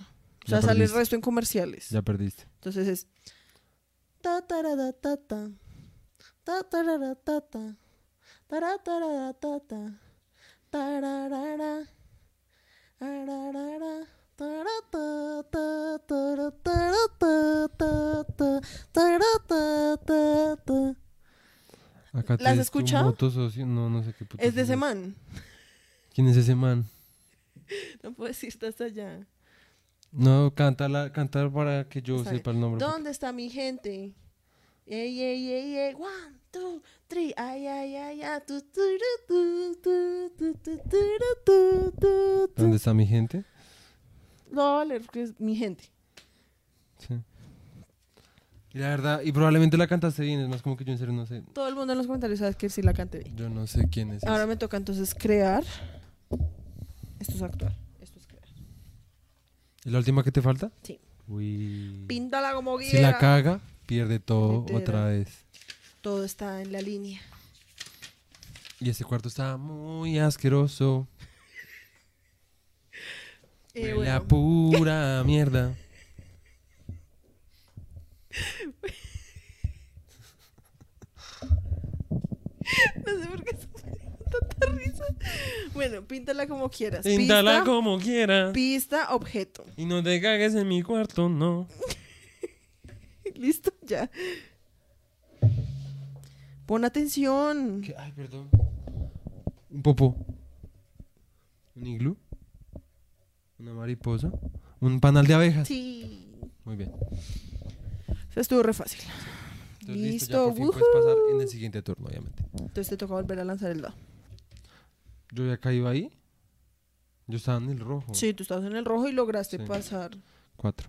A: O sea,
B: Ya
A: sale el
B: perdiste.
A: resto en comerciales.
B: Ya perdiste.
A: Entonces es. Ta tarara ta ta. Ta tarara ta ta. Tara tarara ta ta. Tararara. Ararara. Tara ta ta tara tara ta ta ta. Tara ta ta ta.
B: Acá
A: ¿Las
B: te
A: has escuchado?
B: moto socio. No, no sé qué puto
A: Es de ese
B: man.
A: man.
B: ¿Quién es ese man?
A: No puedes irte hasta allá.
B: No, cántala, cantar para que yo
A: Está bien.
B: sepa el nombre.
A: ¿Dónde está mi gente? Ey, ey, ey, ey. One, two, three. Ay, ay, ay, ay. Tu, tu, ru, tu, tu, tu, tu, tu, ru, tu, tu, tu.
B: ¿Dónde está mi gente?
A: Lo va a valer porque es mi gente.
B: Sí. Y la verdad, y probablemente la cantaste bien, es más como que yo en serio no sé.
A: Todo el mundo en los comentarios sabe que sí la cante bien.
B: Yo no sé quién es. ese.
A: Ahora me toca entonces crear. Esto es actuar. Esto es crear.
B: ¿Y la última que te falta?
A: Sí.
B: Uy.
A: Píntala como
B: Si la
A: quiera.
B: caga, pierde todo
A: Literal.
B: otra vez.
A: Todo está en la línea.
B: Y ese cuarto está muy asqueroso.
A: Eh,
B: La
A: bueno,
B: pura mierda.
A: no sé por qué se me dio tanta risa. Bueno, píntala como quieras.
B: Píntala
A: Pista,
B: como quieras.
A: pista, objeto.
B: Y no te cagues en mi cuarto, no.
A: Listo, ya. Pon atención.
B: ¿Qué? Ay, perdón. Un popo. Un iglú. Una mariposa. Un panal de abejas.
A: Sí.
B: Muy bien.
A: Eso estuvo re fácil.
B: Entonces,
A: listo.
B: ya por fin puedes pasar
A: wujú.
B: en el siguiente turno, obviamente.
A: Entonces te toca volver a lanzar el dado.
B: Yo ya caí ahí. Yo estaba en el rojo.
A: Sí, tú estabas en el rojo y lograste
B: Sí.
A: pasar.
B: Cuatro,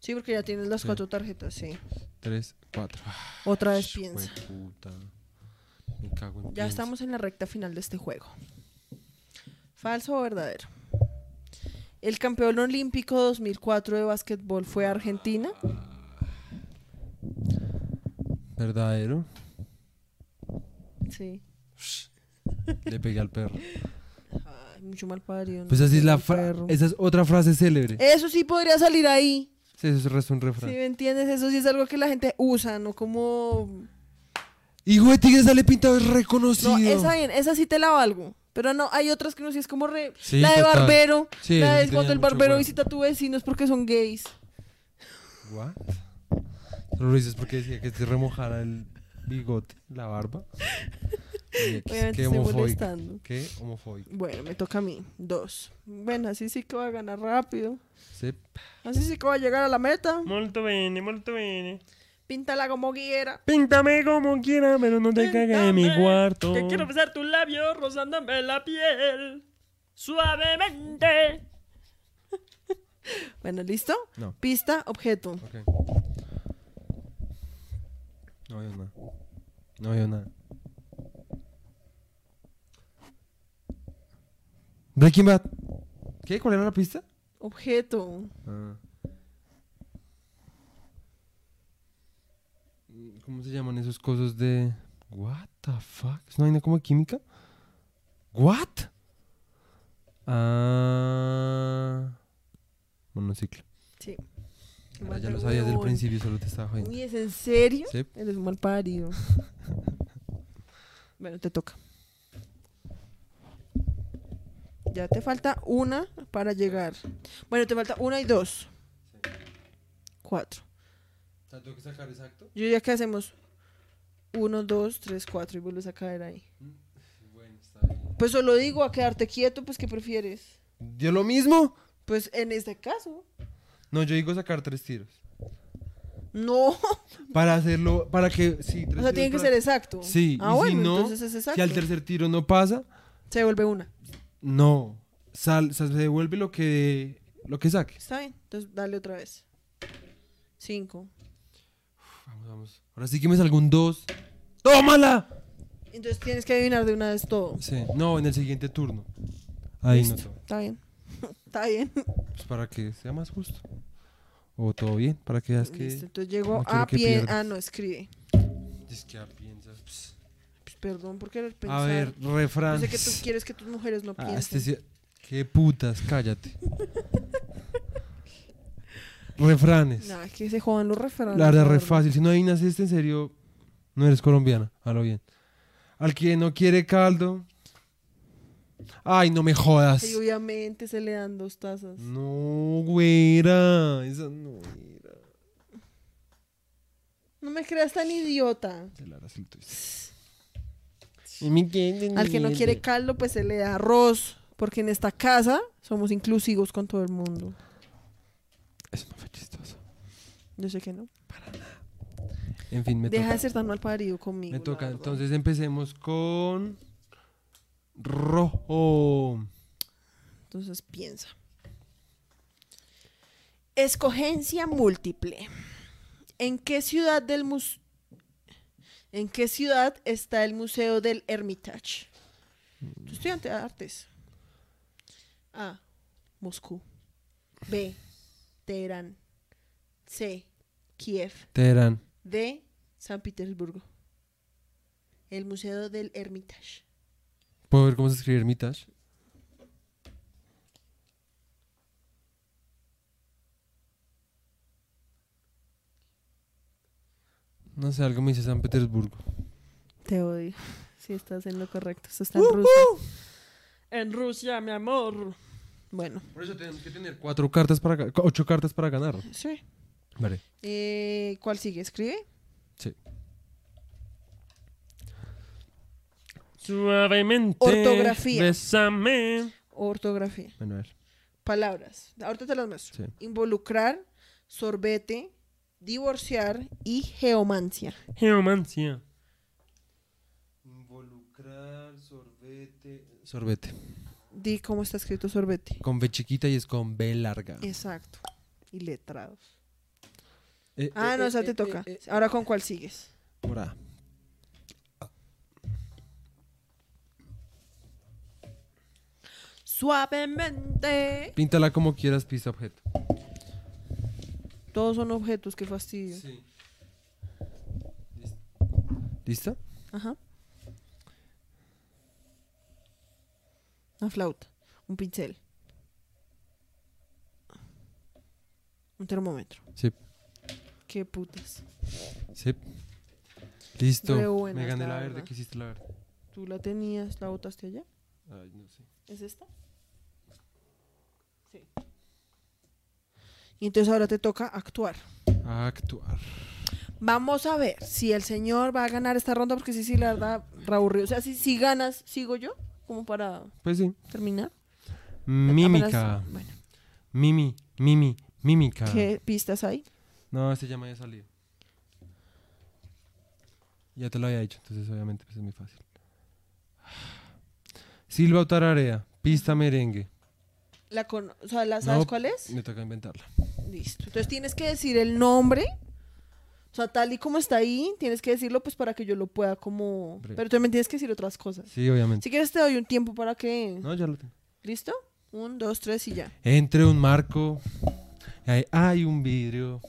A: Sí, porque ya tienes las
B: Sí.
A: cuatro tarjetas, sí.
B: tres, cuatro.
A: Otra vez
B: Sh,
A: piensa.
B: jueputa. Me cago en
A: Ya
B: piensa.
A: estamos en la recta final de este juego. ¿Falso o verdadero? ¿El campeón olímpico 2004 de básquetbol fue Argentina?
B: Verdadero.
A: Sí.
B: Le pegué al perro.
A: Ay, mucho mal parido. ¿no?
B: Pues así es la
A: El
B: fra-
A: perro.
B: Esa es otra frase célebre.
A: Eso sí podría salir ahí.
B: Sí, eso es resto un
A: Si
B: refrán.
A: me entiendes, eso sí es algo que la gente usa, no como.
B: Hijo de tigre sale pintado, es
A: No,
B: reconocido.
A: esa bien, esa sí te la valgo. Pero no, hay otras que no, sí es como re.
B: Sí,
A: la de
B: total.
A: barbero.
B: Sí,
A: la
B: eso
A: de
B: sí
A: cuando
B: tenía
A: el
B: mucho
A: barbero
B: huevo.
A: visita a tu vecino es porque son gays.
B: What? Solo lo dices porque decía que te remojara el bigote, la barba. Oye, qué,
A: Obviamente
B: qué
A: estoy
B: homofóbico.
A: molestando.
B: Qué homofóbico.
A: Bueno, me toca a mí. Dos. Bueno, así sí que va a ganar rápido.
B: Sí.
A: Así sí que va a llegar a la meta.
C: Molto bene, molto bene.
A: Píntala como quiera.
C: Píntame como quiera, pero no te cagues en mi Píntame, cuarto. Que quiero besar tus labios rozándome la piel. Suavemente.
A: Bueno, ¿listo?
B: No.
A: Pista, objeto.
B: Ok. No veo nada. No veo nada. Breaking Bad. ¿Qué? ¿Cuál era la pista?
A: Objeto.
B: Ah. Mm, ¿Cómo se llaman esos cosas de. What the fuck? ¿Es una vaina como química? ¿What? Ah. Monociclo.
A: Sí.
B: Ahora ya lo sabía desde el principio, solo te estaba jodiendo.
A: ¿Y es en serio?
B: Sí.
A: Eres un mal parido. bueno, te toca. Ya te falta una para llegar. Bueno, te falta una y dos. Cuatro.
B: O sea, tengo que sacar exacto.
A: Yo ya que hacemos uno, dos, tres, cuatro y vuelves a caer ahí.
B: Bueno, está bien.
A: Pues solo digo a quedarte quieto, pues ¿qué prefieres?
B: ¿Dio lo mismo?
A: Pues en este caso.
B: No, yo digo sacar tres tiros.
A: No. O
B: Para hacerlo, para que. Sí, tres
A: sea,
B: tiros
A: tiene que
B: para-
A: ser exacto.
B: Sí,
A: Ah,
B: y
A: bueno,
B: si no,
A: entonces es exacto.
B: si al tercer tiro no pasa,
A: Se vuelve una.
B: no. Sal, sal- se devuelve lo que, lo que saques.
A: Está bien, entonces dale otra vez. Cinco.
B: Vamos, vamos. Ahora sí que me salgo un 2. ¡Tómala!
A: Entonces tienes que adivinar de una vez todo.
B: Sí, no, en el siguiente turno. Ahí no. to-
A: Está bien. Está bien.
B: Pues para que sea más justo. O todo bien, para que veas que.
A: Listo, entonces llego Ah,
B: no quiero
A: a
B: que
A: pie.
B: pierdas.
A: Ah, no, escribe.
B: Dice que piensas. pues.
A: Perdón por querer pensar.
B: A ver, refrán.
A: Yo sé que tú quieres que tus mujeres no
B: Ah,
A: piensen.
B: este sí- Qué putas, cállate. Refranes.
A: Nah, que se jodan los refranes.
B: La verdad, re fácil. Si no adivinas este, en serio, no eres colombiana. A lo bien. Al que no quiere caldo. Ay, no me jodas.
A: Y obviamente se le dan dos tazas.
B: Mm. No, güera. Esa no era.
A: No me creas tan idiota.
B: Te la harás el tuyo. Y me entienden,
A: Al que no
B: mierda.
A: quiere caldo, pues se le da arroz. Porque en esta casa somos inclusivos con todo el mundo.
B: Eso no fue chistoso.
A: Yo sé que no.
B: En fin, me
A: Deja
B: toca.
A: de ser tan mal parido conmigo.
B: Me
A: la
B: toca.
A: verdad.
B: Entonces empecemos con. Rojo.
A: Entonces piensa. Escogencia múltiple. ¿En qué ciudad del mus- ¿En qué ciudad está el Museo del Hermitage? Tu estudiante de artes. A. Moscú. B. Teherán. C. Kiev.
B: Teherán.
A: D. San Petersburgo. El Museo del Hermitage.
B: ¿Puedo ver cómo se escribe Hermitage? No sé, algo me dice San Petersburgo.
A: Te odio. Si estás en lo correcto. Eso está en ruso.
C: En Rusia, mi amor.
A: Bueno.
B: Por eso tenemos que tener cuatro cartas para ga- ocho cartas para ganar.
A: Sí.
B: Vale.
A: Eh, ¿Cuál sigue? ¿Escribe?
B: Sí.
C: Suavemente.
A: Ortografía.
C: Bésame.
A: Ortografía.
B: Bueno, a ver.
A: Palabras. Ahorita te las muestro.
B: Sí.
A: Involucrar, sorbete, divorciar y geomancia.
C: Geomancia.
B: Involucrar, sorbete. Sorbete.
A: Di cómo está escrito sorbete.
B: Con B chiquita y es con B larga.
A: Exacto. Y letrados.
B: Eh,
A: Ah,
B: eh,
A: no,
B: eh,
A: esa te
B: eh,
A: toca.
B: eh, eh,
A: Ahora con cuál sigues.
B: por A.
A: Suavemente.
B: Píntala como quieras, pista objeto.
A: Todos son objetos, qué fastidio.
B: Sí. ¿Lista?
A: Ajá. Una flauta, un pincel, un termómetro.
B: Sí.
A: Qué putas.
B: Sí. Listo.
A: Re buena
B: Me gané
A: esta,
B: la
A: la
B: verde.
A: verdad.
B: ¿Qué hiciste la verde?
A: ¿Tú la tenías, la botaste allá?
B: Ay, no sé.
A: ¿Es esta? Sí. Y entonces ahora te toca actuar.
B: Actuar.
A: Vamos a ver si el señor va a ganar esta ronda, porque sí, sí, la verdad, re aburrido. O sea, si, si ganas, sigo yo, como para
B: Pues sí.
A: terminar.
B: Mímica.
A: Apenas- Bueno,
B: Mimi, mimi, mímica.
A: ¿qué pistas hay?
B: No, ese ya me había salido. Ya te lo había dicho, entonces obviamente pues, es muy fácil. Silva o tararea, pista merengue.
A: La cono- o sea, ¿la ¿sabes
B: No.
A: cuál es?
B: Me toca inventarla.
A: Listo. Entonces tienes que decir el nombre. O sea, tal y como está ahí, tienes que decirlo pues para que yo lo pueda como...
B: Breve.
A: Pero también tienes que decir otras cosas.
B: Sí, obviamente.
A: Si quieres te doy un tiempo para que...
B: No, ya lo tengo.
A: ¿Listo? Un, dos, tres y ya.
B: Entre un marco hay, hay un vidrio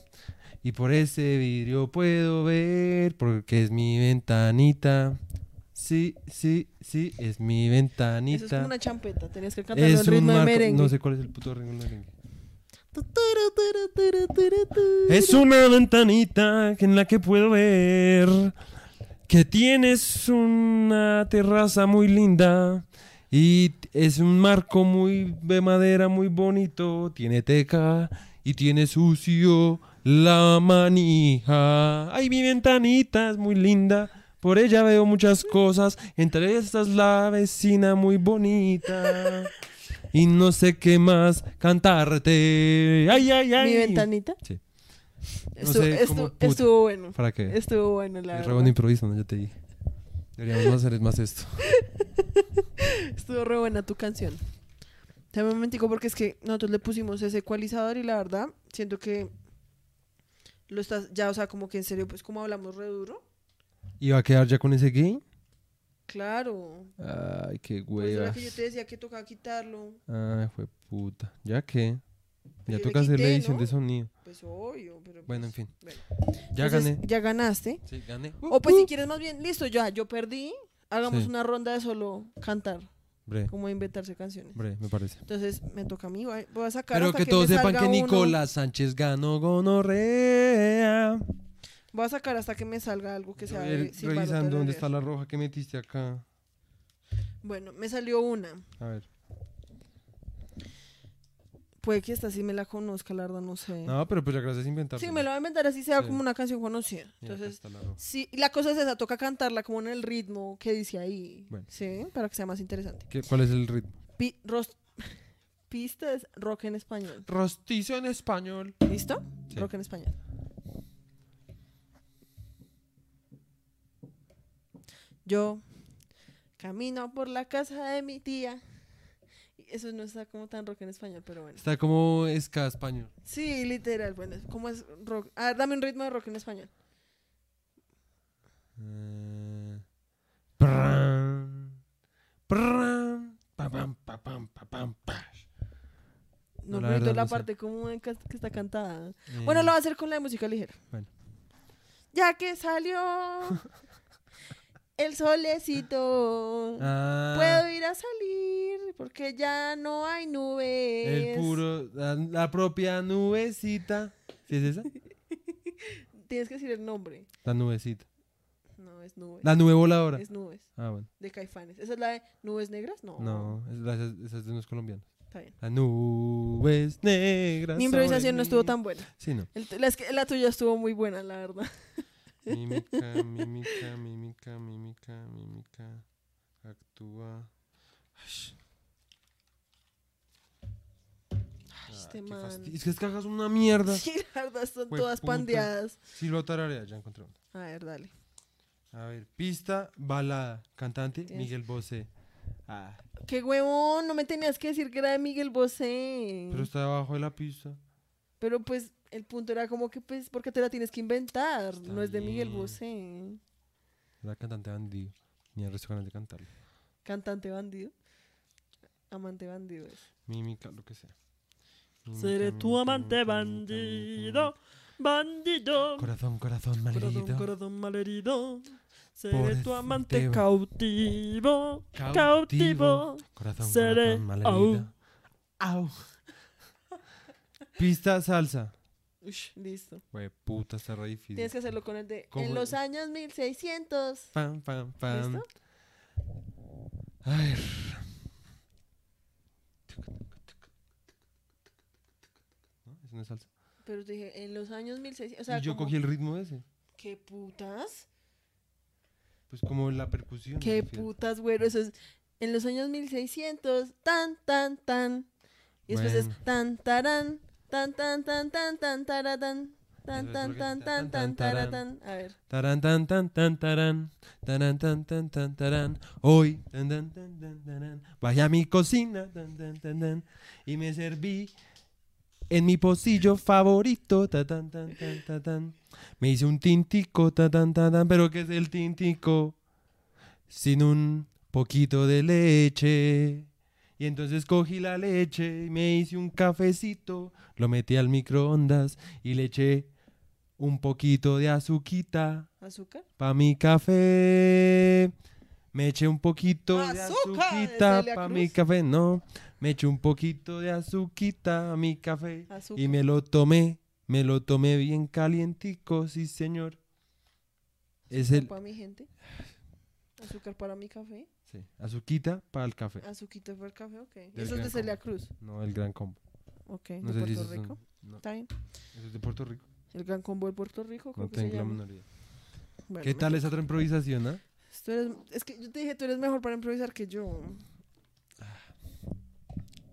B: y por ese vidrio puedo ver porque es mi ventanita. Sí, sí, sí, es mi
A: Eso es como
B: ventanita.
A: una champeta. Tenías que cantarlo
B: Es
A: en ritmo de
B: marco-
A: merengue.
B: No sé cuál es el puto ritmo de merengue.
A: Tu, turu, turu, turu, turu, turu.
B: Es una ventanita en la que puedo ver que tienes una terraza muy linda y t- es un marco muy de madera muy bonito, tiene teca y tiene sucio la manija. Ay, mi ventanita es muy linda. Por ella veo muchas cosas, entre estas la vecina muy bonita. Y no sé qué más cantarte. Ay, ay, ay.
A: Mi ventanita.
B: Sí.
A: Estuvo,
B: sé, como
A: estuvo-
B: puta.
A: estuvo bueno.
B: ¿Para qué?
A: Estuvo bueno, la
B: Es
A: verdad.
B: re bueno improviso, ¿no? Yo te dije. Deberíamos hacer más esto.
A: Estuvo re buena tu canción. Dame un momentico porque es que nosotros le pusimos ese ecualizador y la verdad siento que lo estás ya, o sea, como que en serio, pues como hablamos re duro.
B: ¿Y va a quedar ya con ese game?
A: Claro.
B: Ay, qué
A: Por eso era
B: huevas.
A: que yo te decía que tocaba quitarlo.
B: Ay, fue puta. ¿Ya qué?
A: Pues Yo
B: Ya
A: le
B: toca hacer la
A: quité,
B: edición
A: ¿no?
B: de sonido.
A: Pues obvio, pero
B: Bueno, en
A: pues,
B: fin.
A: bueno.
B: Ya
A: Entonces, Oh,
B: gané.
A: Ya ganaste. pues,
B: Sí, gané. Uh,
A: O pues si quieres más bien, listo, ya, yo perdí. Hagamos
B: Sí.
A: una ronda de solo cantar,
B: uh, Bre,
A: como inventarse canciones.
B: bre, me parece.
A: Entonces me toca a mí, voy a- voy a sacar
B: Pero
A: hasta
B: que todos
A: me
B: sepan
A: salga
B: que
A: uno.
B: Nicolás Sánchez ganó gonorrea.
A: Voy a sacar hasta que me salga algo que sea.
B: A
A: de-
B: ver,
A: sin
B: revisando
A: barrotes,
B: dónde
A: a
B: está la roja que metiste acá.
A: ver. Bueno, me salió una.
B: A ver.
A: Puede que esta sí me la conozca, la verdad, no sé.
B: No, pero pues ya gracias a inventar.
A: sí, me la voy a inventar así sea
B: Sí.
A: como una canción conocida. Entonces, sí, y la cosa es esa, toca cantarla como en el ritmo que dice ahí.
B: Bueno.
A: Sí, para que sea más interesante.
B: ¿Cuál es el ritmo?
A: Pi- ros- Pistas rock en español.
B: Rostizo en español.
A: ¿Listo?
B: Sí.
A: Rock en español. Yo camino por la casa de mi tía. Y Eso no está como tan rock en español, pero bueno.
B: Está como esca español.
A: Sí, literal. Bueno, ¿cómo es rock? A ver, dame un ritmo de rock en español.
B: Eh, prrán, prrán, pa, pam, pa, pam, pa, pam, pash.
A: No,
B: No, la
A: pero
B: verdad
A: la
B: no sé.
A: parte como de cas- que está cantada.
B: Eh,
A: Bueno, lo va a hacer con la de música ligera.
B: Bueno.
A: Ya que salió el solecito.
B: ah,
A: Puedo ir a salir porque ya no hay nubes.
B: El puro, la, la propia nubecita. ¿Sí es esa?
A: Tienes que decir el nombre.
B: La nubecita.
A: No, es nubes.
B: La nube voladora.
A: Es nubes.
B: Ah, bueno.
A: De caifanes. ¿Esa es la de nubes negras? No.
B: No, es- la- esa, esa es de unos colombianos.
A: Está bien.
B: Las nubes negras.
A: Mi improvisación
B: sobre
A: no estuvo
B: mí.
A: tan buena.
B: Sí, no.
A: El- la, es que la tuya estuvo muy buena, la verdad.
B: Mímica, mímica, mímica, mímica, mímica. Actúa. Ay,
A: Ay,
B: ah,
A: este
B: qué
A: man.
B: fasti- Es que es que hagas una mierda.
A: Sí, la verdad, son
B: Jue
A: todas
B: puta.
A: pandeadas.
B: Sí, lo tararea, ya encontré una.
A: A ver, dale.
B: A ver, pista, balada. Cantante,
A: Tienes-
B: Miguel Bosé. Ah,
A: Qué huevón, no me tenías que decir que era de Miguel
C: Mm.
A: Bosé.
B: pero
A: Pero,
B: está debajo de la pista.
A: pues el punto era como que, pues, porque te la tienes que inventar.
B: Está
A: no es de Miguel
B: bien.
A: Bosé.
B: La cantante bandido. Ni el resto ganas de cantarlo.
A: Cantante bandido. Amante bandido. es.
B: Mímica, lo que sea. Mímica,
C: Seré tu
B: mímica,
C: amante
B: mímica, mímica, mímica,
C: bandido, bandido.
B: Corazón, corazón malherido.
C: Corazón, corazón malherido.
B: Por
C: Seré tu
B: eso
C: amante
B: te-
C: cautivo, cautivo.
B: Corazón,
C: Seré-
B: corazón malherido. Au. Pista salsa.
A: Ush, listo.
B: Güey, puta, está re difícil.
A: Tienes que hacerlo con el de.
B: ¿Cómo
A: En los
B: es?
A: años 1600.
B: Pam, pam, pam.
A: ¿Listo?
B: A ver. ¿No? ¿Es una salsa?
A: Pero te dije, en los años 1600. O sea,
B: y yo
A: como-
B: cogí el ritmo ese.
A: ¿qué putas?
B: Pues como la percusión. me
A: ¿Qué
B: refiero.
A: putas, güero? Eso es. En los años 1600. Tan, tan, tan. Y después
B: Bueno.
A: es tan, tarán. Tan, tan, tan, tan, tan, taratán. Tan,
B: Eso
A: tan,
B: es lo que
A: tan,
B: dice,
A: tan,
B: tan,
A: tan,
B: tan,
A: taratán. A ver.
B: Tarán, tan, tan, tan, tarán. Tarán, tan, tan, tan, tarán. Hoy, tan, tan, tan, tan, tarán. Bajé a mi cocina, tan, tan, tan, tan. Y me serví en mi pocillo favorito, ta, tan, tan, tan, ta, tan. Me hice un tintico, ta, tan, ta, tan. Pero ¿qué es el tintico? Sin un poquito de leche. Y entonces cogí la leche y me hice un cafecito. Lo metí al microondas y le eché un poquito de azuquita
A: ¿Azúcar?
B: pa' mi café. Me eché un poquito de
A: ¡Azúcar!
B: azuquita
A: Celia
B: pa'
A: Cruz.
B: mi café. No, me eché un poquito de azuquita a mi café.
A: Azúcar.
B: Y me lo tomé, me lo tomé bien calientico, sí señor. Es el...
A: Para mi gente. Azúcar para mi café.
B: Sí, azuquita para el café.
A: Azuquita para el café, ok. Y
B: Del
A: eso es de
B: Gran
A: Celia Cruz.
B: No, el Gran Combo.
A: Ok.
B: No
A: de
B: sé si
A: Puerto
B: eso es un-
A: Rico.
B: no,
A: Está bien.
B: eso es de Puerto Rico.
A: El gran combo de Puerto Rico, creo
B: No
A: que se
B: tengo la
A: llama.
B: menor idea.
A: Bueno,
B: ¿Qué tal esa otra improvisación, ah?
A: Tú eres- es que yo te dije, tú eres mejor para improvisar que yo.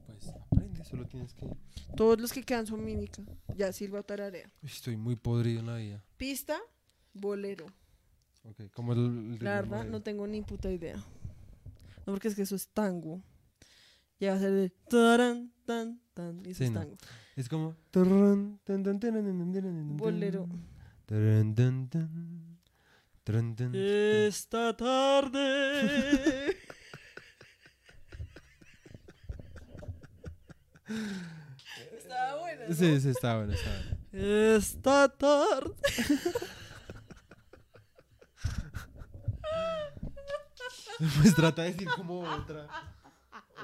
B: Pues aprende, solo tienes que... Uy,
A: Todos los que quedan son mímica. Ya Silva tararea.
B: Estoy muy podrido en la vida.
A: Pista, bolero.
B: Ok, como el... el
A: La
B: ritmo
A: verdad,
B: de-
A: no tengo ni puta idea. No, porque es que eso es tango. Ya va a ser de taran, tan, tan. Y eso
B: Sí,
A: es
B: no.
A: tango.
B: Es como.
A: Bolero. Eh,
C: Esta tarde.
A: Estaba bueno.
B: Sí, sí, está bueno, está bueno.
C: Esta tarde.
B: Pues trata de decir como otra.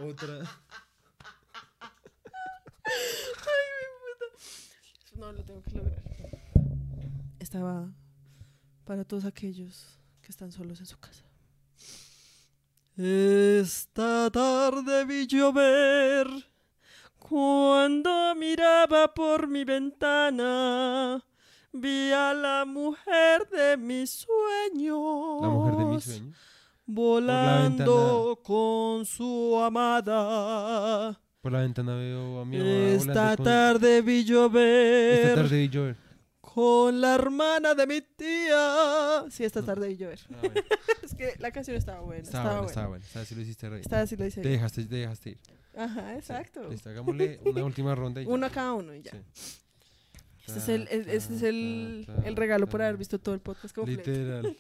B: Otra.
A: No, lo tengo que lograr. Estaba para todos aquellos que están solos en su casa.
C: Esta tarde vi llover cuando miraba por mi ventana. Vi a la mujer de mis sueños.
B: La mujer de mis sueños.
C: Volando con su amada.
B: Por la ventana veo a mi mamá
C: Esta
B: volando con-
C: tarde vi llover.
B: Esta tarde vi llover.
C: Con la hermana de mi tía.
A: Sí, esta tarde y llover.
B: Ah, bueno,
A: Es que la canción estaba buena. Estaba,
B: Estaba bueno,
A: buena.
B: estaba bueno. Estaba si lo hiciste reír.
A: Estaba así, la hice
B: Te
A: bien.
B: dejaste, te dejaste ir.
A: Ajá, exacto.
B: Listo, hagámosle una última ronda y ya.
A: Uno a cada uno y ya.
B: Sí.
A: Este es, el, el- este es el,
B: Ta, ta, ta,
A: el regalo por
B: ta.
A: haber visto todo el podcast completo.
B: Literal.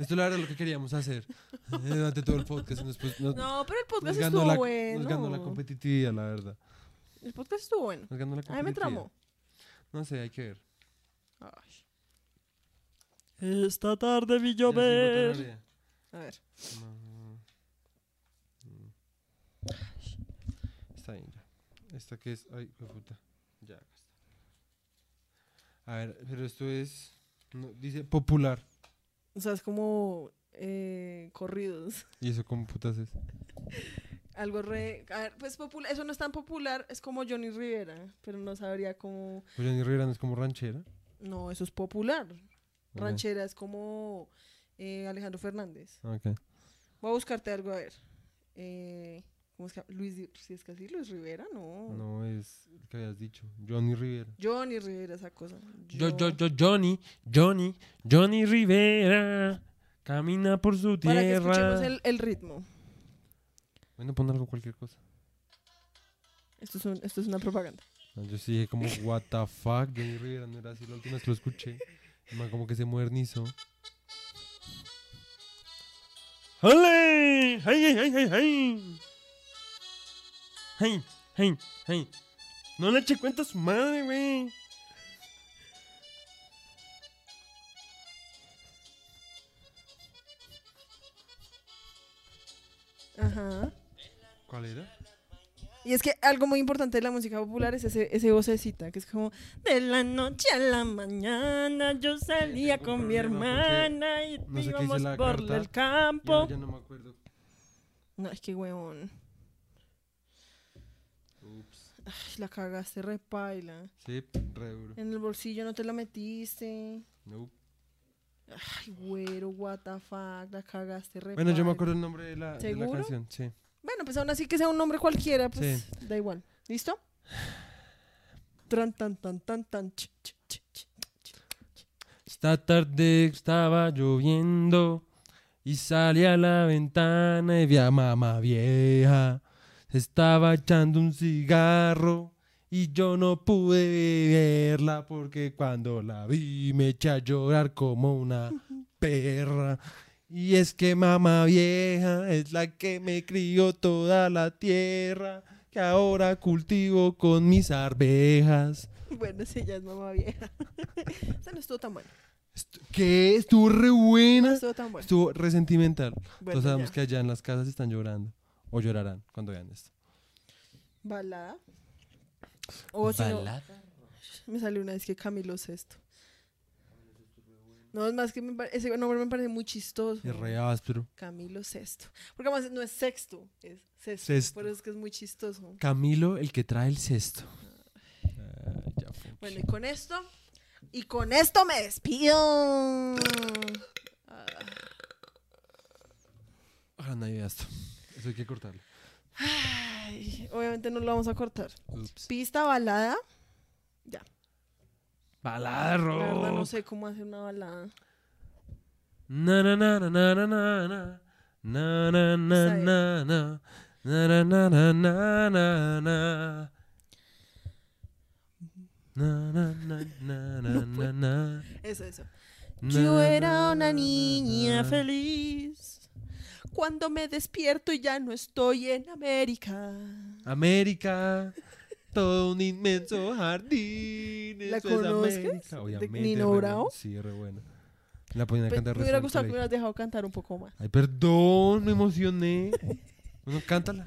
B: Esto la verdad es lo que queríamos hacer durante todo el podcast. y Después nos,
A: No, pero el
B: nos
A: podcast
B: ganó
A: estuvo
B: la,
A: bueno.
B: nos ganó la competitividad, la verdad.
A: el podcast estuvo bueno.
B: Nos ganó la
A: A mí
B: competitividad.
A: me tramó.
B: No sé, hay que ver.
A: Ay,
C: Esta tarde vi
B: Ya, sí, no tengo
C: llover.
B: idea.
A: a ver.
B: No, no. Mm. Está bien, ya. Esta que es. Ay, hijo de puta. Ya, acá está. A ver, pero esto es. no, dice popular.
A: O sea, es como eh, corridos.
B: ¿Y eso cómo putas es?
A: Algo re. A ver, pues popular. Eso no es tan popular. Es como Johnny Rivera. Pero no sabría cómo.
B: Pues Jenny Rivera no es como ranchera.
A: No, eso es popular.
B: Ok,
A: Ranchera es como eh, Alejandro Fernández.
B: Ok.
A: Voy a buscarte algo, a ver. Eh, ¿Cómo es que.? Luis. Di- Si es que así, Luis Rivera, no.
B: No es el que habías dicho. Johnny Rivera.
A: Johnny Rivera, esa cosa.
B: Yo,
A: Yo-
B: yo, yo, Johnny, Johnny, Johnny Rivera. Camina por su
A: Para
B: tierra.
A: que escuchemos el, el ritmo.
B: Bueno, pon algo, cualquier cosa.
A: Esto es, un- esto es una propaganda.
B: No, yo sí dije como, what the fuck, Johnny Rivera no era así la última vez que lo escuché. El man como que se modernizó. ¡Ale! ¡Ay, ay, ay, ay, ay! ¡Ay, ay, ay! ¡No le eche cuenta a su madre, güey!
A: Ajá.
B: ¿Cuál era?
A: Y es que algo muy importante de la música popular es ese, ese vocecita, que es como
C: De la noche a la mañana yo salía
B: tengo un
C: con mi
B: problema
C: hermana y
B: no sé qué dice
C: íbamos
B: la
C: por
B: carta.
C: el campo.
B: no me acuerdo.
A: No, es que huevón.
B: Ups.
A: Ay, la cagaste, repaila.
B: Sí, re duro.
A: En el bolsillo no te la metiste.
B: Nope.
A: Ay, güero, what the fuck, la cagaste, repaila.
B: Bueno, yo me acuerdo el nombre de la, de la
A: ¿Seguro?
B: canción, sí.
A: Bueno, pues aún así que sea un nombre cualquiera, pues da igual. ¿Listo? Tran, tan, tan, tan, tan. ch, ch, ch, ch.
B: Esta tarde estaba lloviendo y salí a la ventana y vi a mamá vieja. Se estaba echando un cigarro y yo no pude verla porque cuando la vi me eché a llorar como una perra. Y es que mamá vieja es la que me crió toda la tierra que ahora cultivo con mis arvejas.
A: Bueno, ese ya es mamá vieja. Ese no estuvo tan bueno.
B: Estu- ¿Qué? Estuvo re
A: No
B: buena.
A: estuvo tan bueno.
B: Estuvo resentimental.
A: Bueno,
B: Todos sabemos
A: ya.
B: que allá en las casas están llorando. O llorarán cuando vean esto.
A: Balada. O si no, me salió una vez que Camilo Sexto. No, es más que me pare- ese nombre me parece muy chistoso.
B: Es re áspero.
A: Camilo Sexto. Porque además no es sexto, es sexto.
B: Sexto.
A: Por eso es que es muy chistoso.
B: Camilo, el que trae el cesto. Ay, ya fue.
A: Bueno, y con esto, y con esto me despido. Ah,
B: Ahora nadie vea esto. Eso hay que cortarlo.
A: ay, obviamente no lo vamos a cortar.
B: Ups.
A: Pista balada. La
B: Balada
A: verdad no
B: rock.
A: sé cómo hacer una balada.
B: Na na na na na na na na. Na na na
A: Está bien.
B: na na. Na na na na na na na. Na na na na na na na.
A: Eso, eso.
B: Na,
A: Yo
B: na,
A: era una
B: na,
A: niña
B: na.
A: feliz. Cuando me despierto y ya no estoy en América.
B: América, todo un inmenso jardín.
A: ¿La
B: eso es
A: conozcas? ¿De
B: América. Obviamente.
A: Nino
B: re
A: Bravo?
B: buena. Sí, re buena. La ponían a
A: Pe-
B: cantar
A: me
B: resto
A: hubiera
B: del
A: gustado que me
B: colegio.
A: hubieras dejado cantar un poco más.
B: Ay, perdón, me emocioné. Bueno, cántala.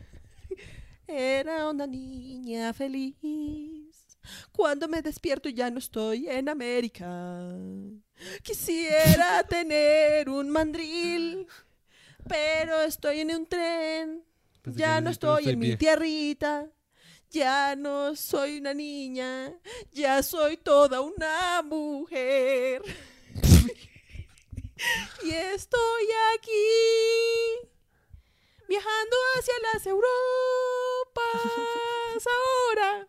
A: Era una niña feliz. Cuando me despierto ya no estoy en América. Quisiera tener un mandril, pero estoy en un tren.
B: Pensé que
A: ya
B: era
A: no
B: así, pero
A: estoy en mi
B: vieja.
A: tierrita. Ya no soy una niña, ya soy toda una mujer. y estoy aquí viajando hacia las Europas ahora.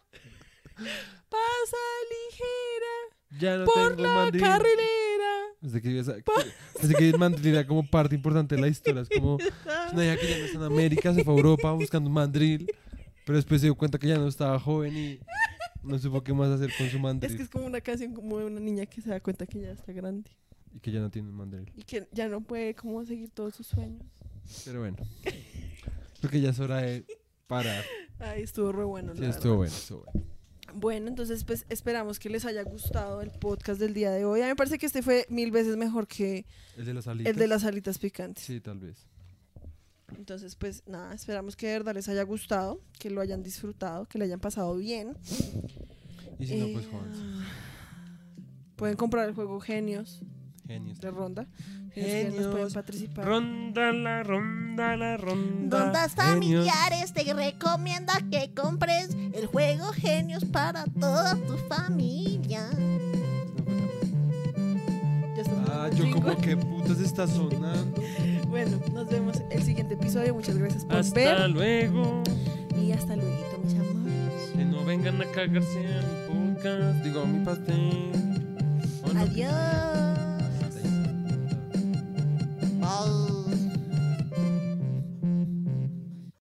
A: Pasa ligera
B: Ya no
A: por
B: tengo
A: la
B: mandril.
A: carrilera.
B: Pensé que, ibas a- pensé que el mandril era como parte importante de la historia. Es como es una hija que ya no está en América, se fue a Europa buscando un mandril. Pero después se dio cuenta que ya no estaba joven y no supo qué más hacer con su mandril.
A: Es que es como una canción como de una niña que se da cuenta que ya está grande
B: Y que ya no tiene un mandril.
A: y que ya no puede como seguir todos sus sueños.
B: Pero bueno, creo que ya es hora de parar.
A: Ay, estuvo re bueno.
B: Sí,
A: la
B: estuvo bueno, estuvo bueno.
A: Bueno, entonces pues esperamos que les haya gustado el podcast del día de hoy. A mí me parece que este fue mil veces mejor que
B: El de las alitas.
A: el de las alitas picantes.
B: Sí, tal vez.
A: Entonces pues nada, esperamos que de verdad les haya gustado, que lo hayan disfrutado, que le hayan pasado bien.
B: Y si no, pues
A: Eh,
B: Horns.
A: Pueden comprar el juego Genios
B: Genios.
A: de Ronda. Genios. que nos pueden
B: Genios.
A: participar.
C: Ronda la ronda la ronda.
D: Rondas
B: Genios.
D: familiares te recomienda que compres el juego Genios para toda tu familia.
B: pues,
A: Ya está.
B: Ah, yo como que putas está sonando.
A: Bueno, nos vemos el siguiente episodio. Muchas gracias por
C: Hasta
A: ver.
C: luego.
A: Y hasta luego, mis amores.
C: Que no vengan a cagarse a mi podcast. Digo, a mi pastel. pues, O no, que-
D: Adiós.
B: Hasta ahí.
D: Bye.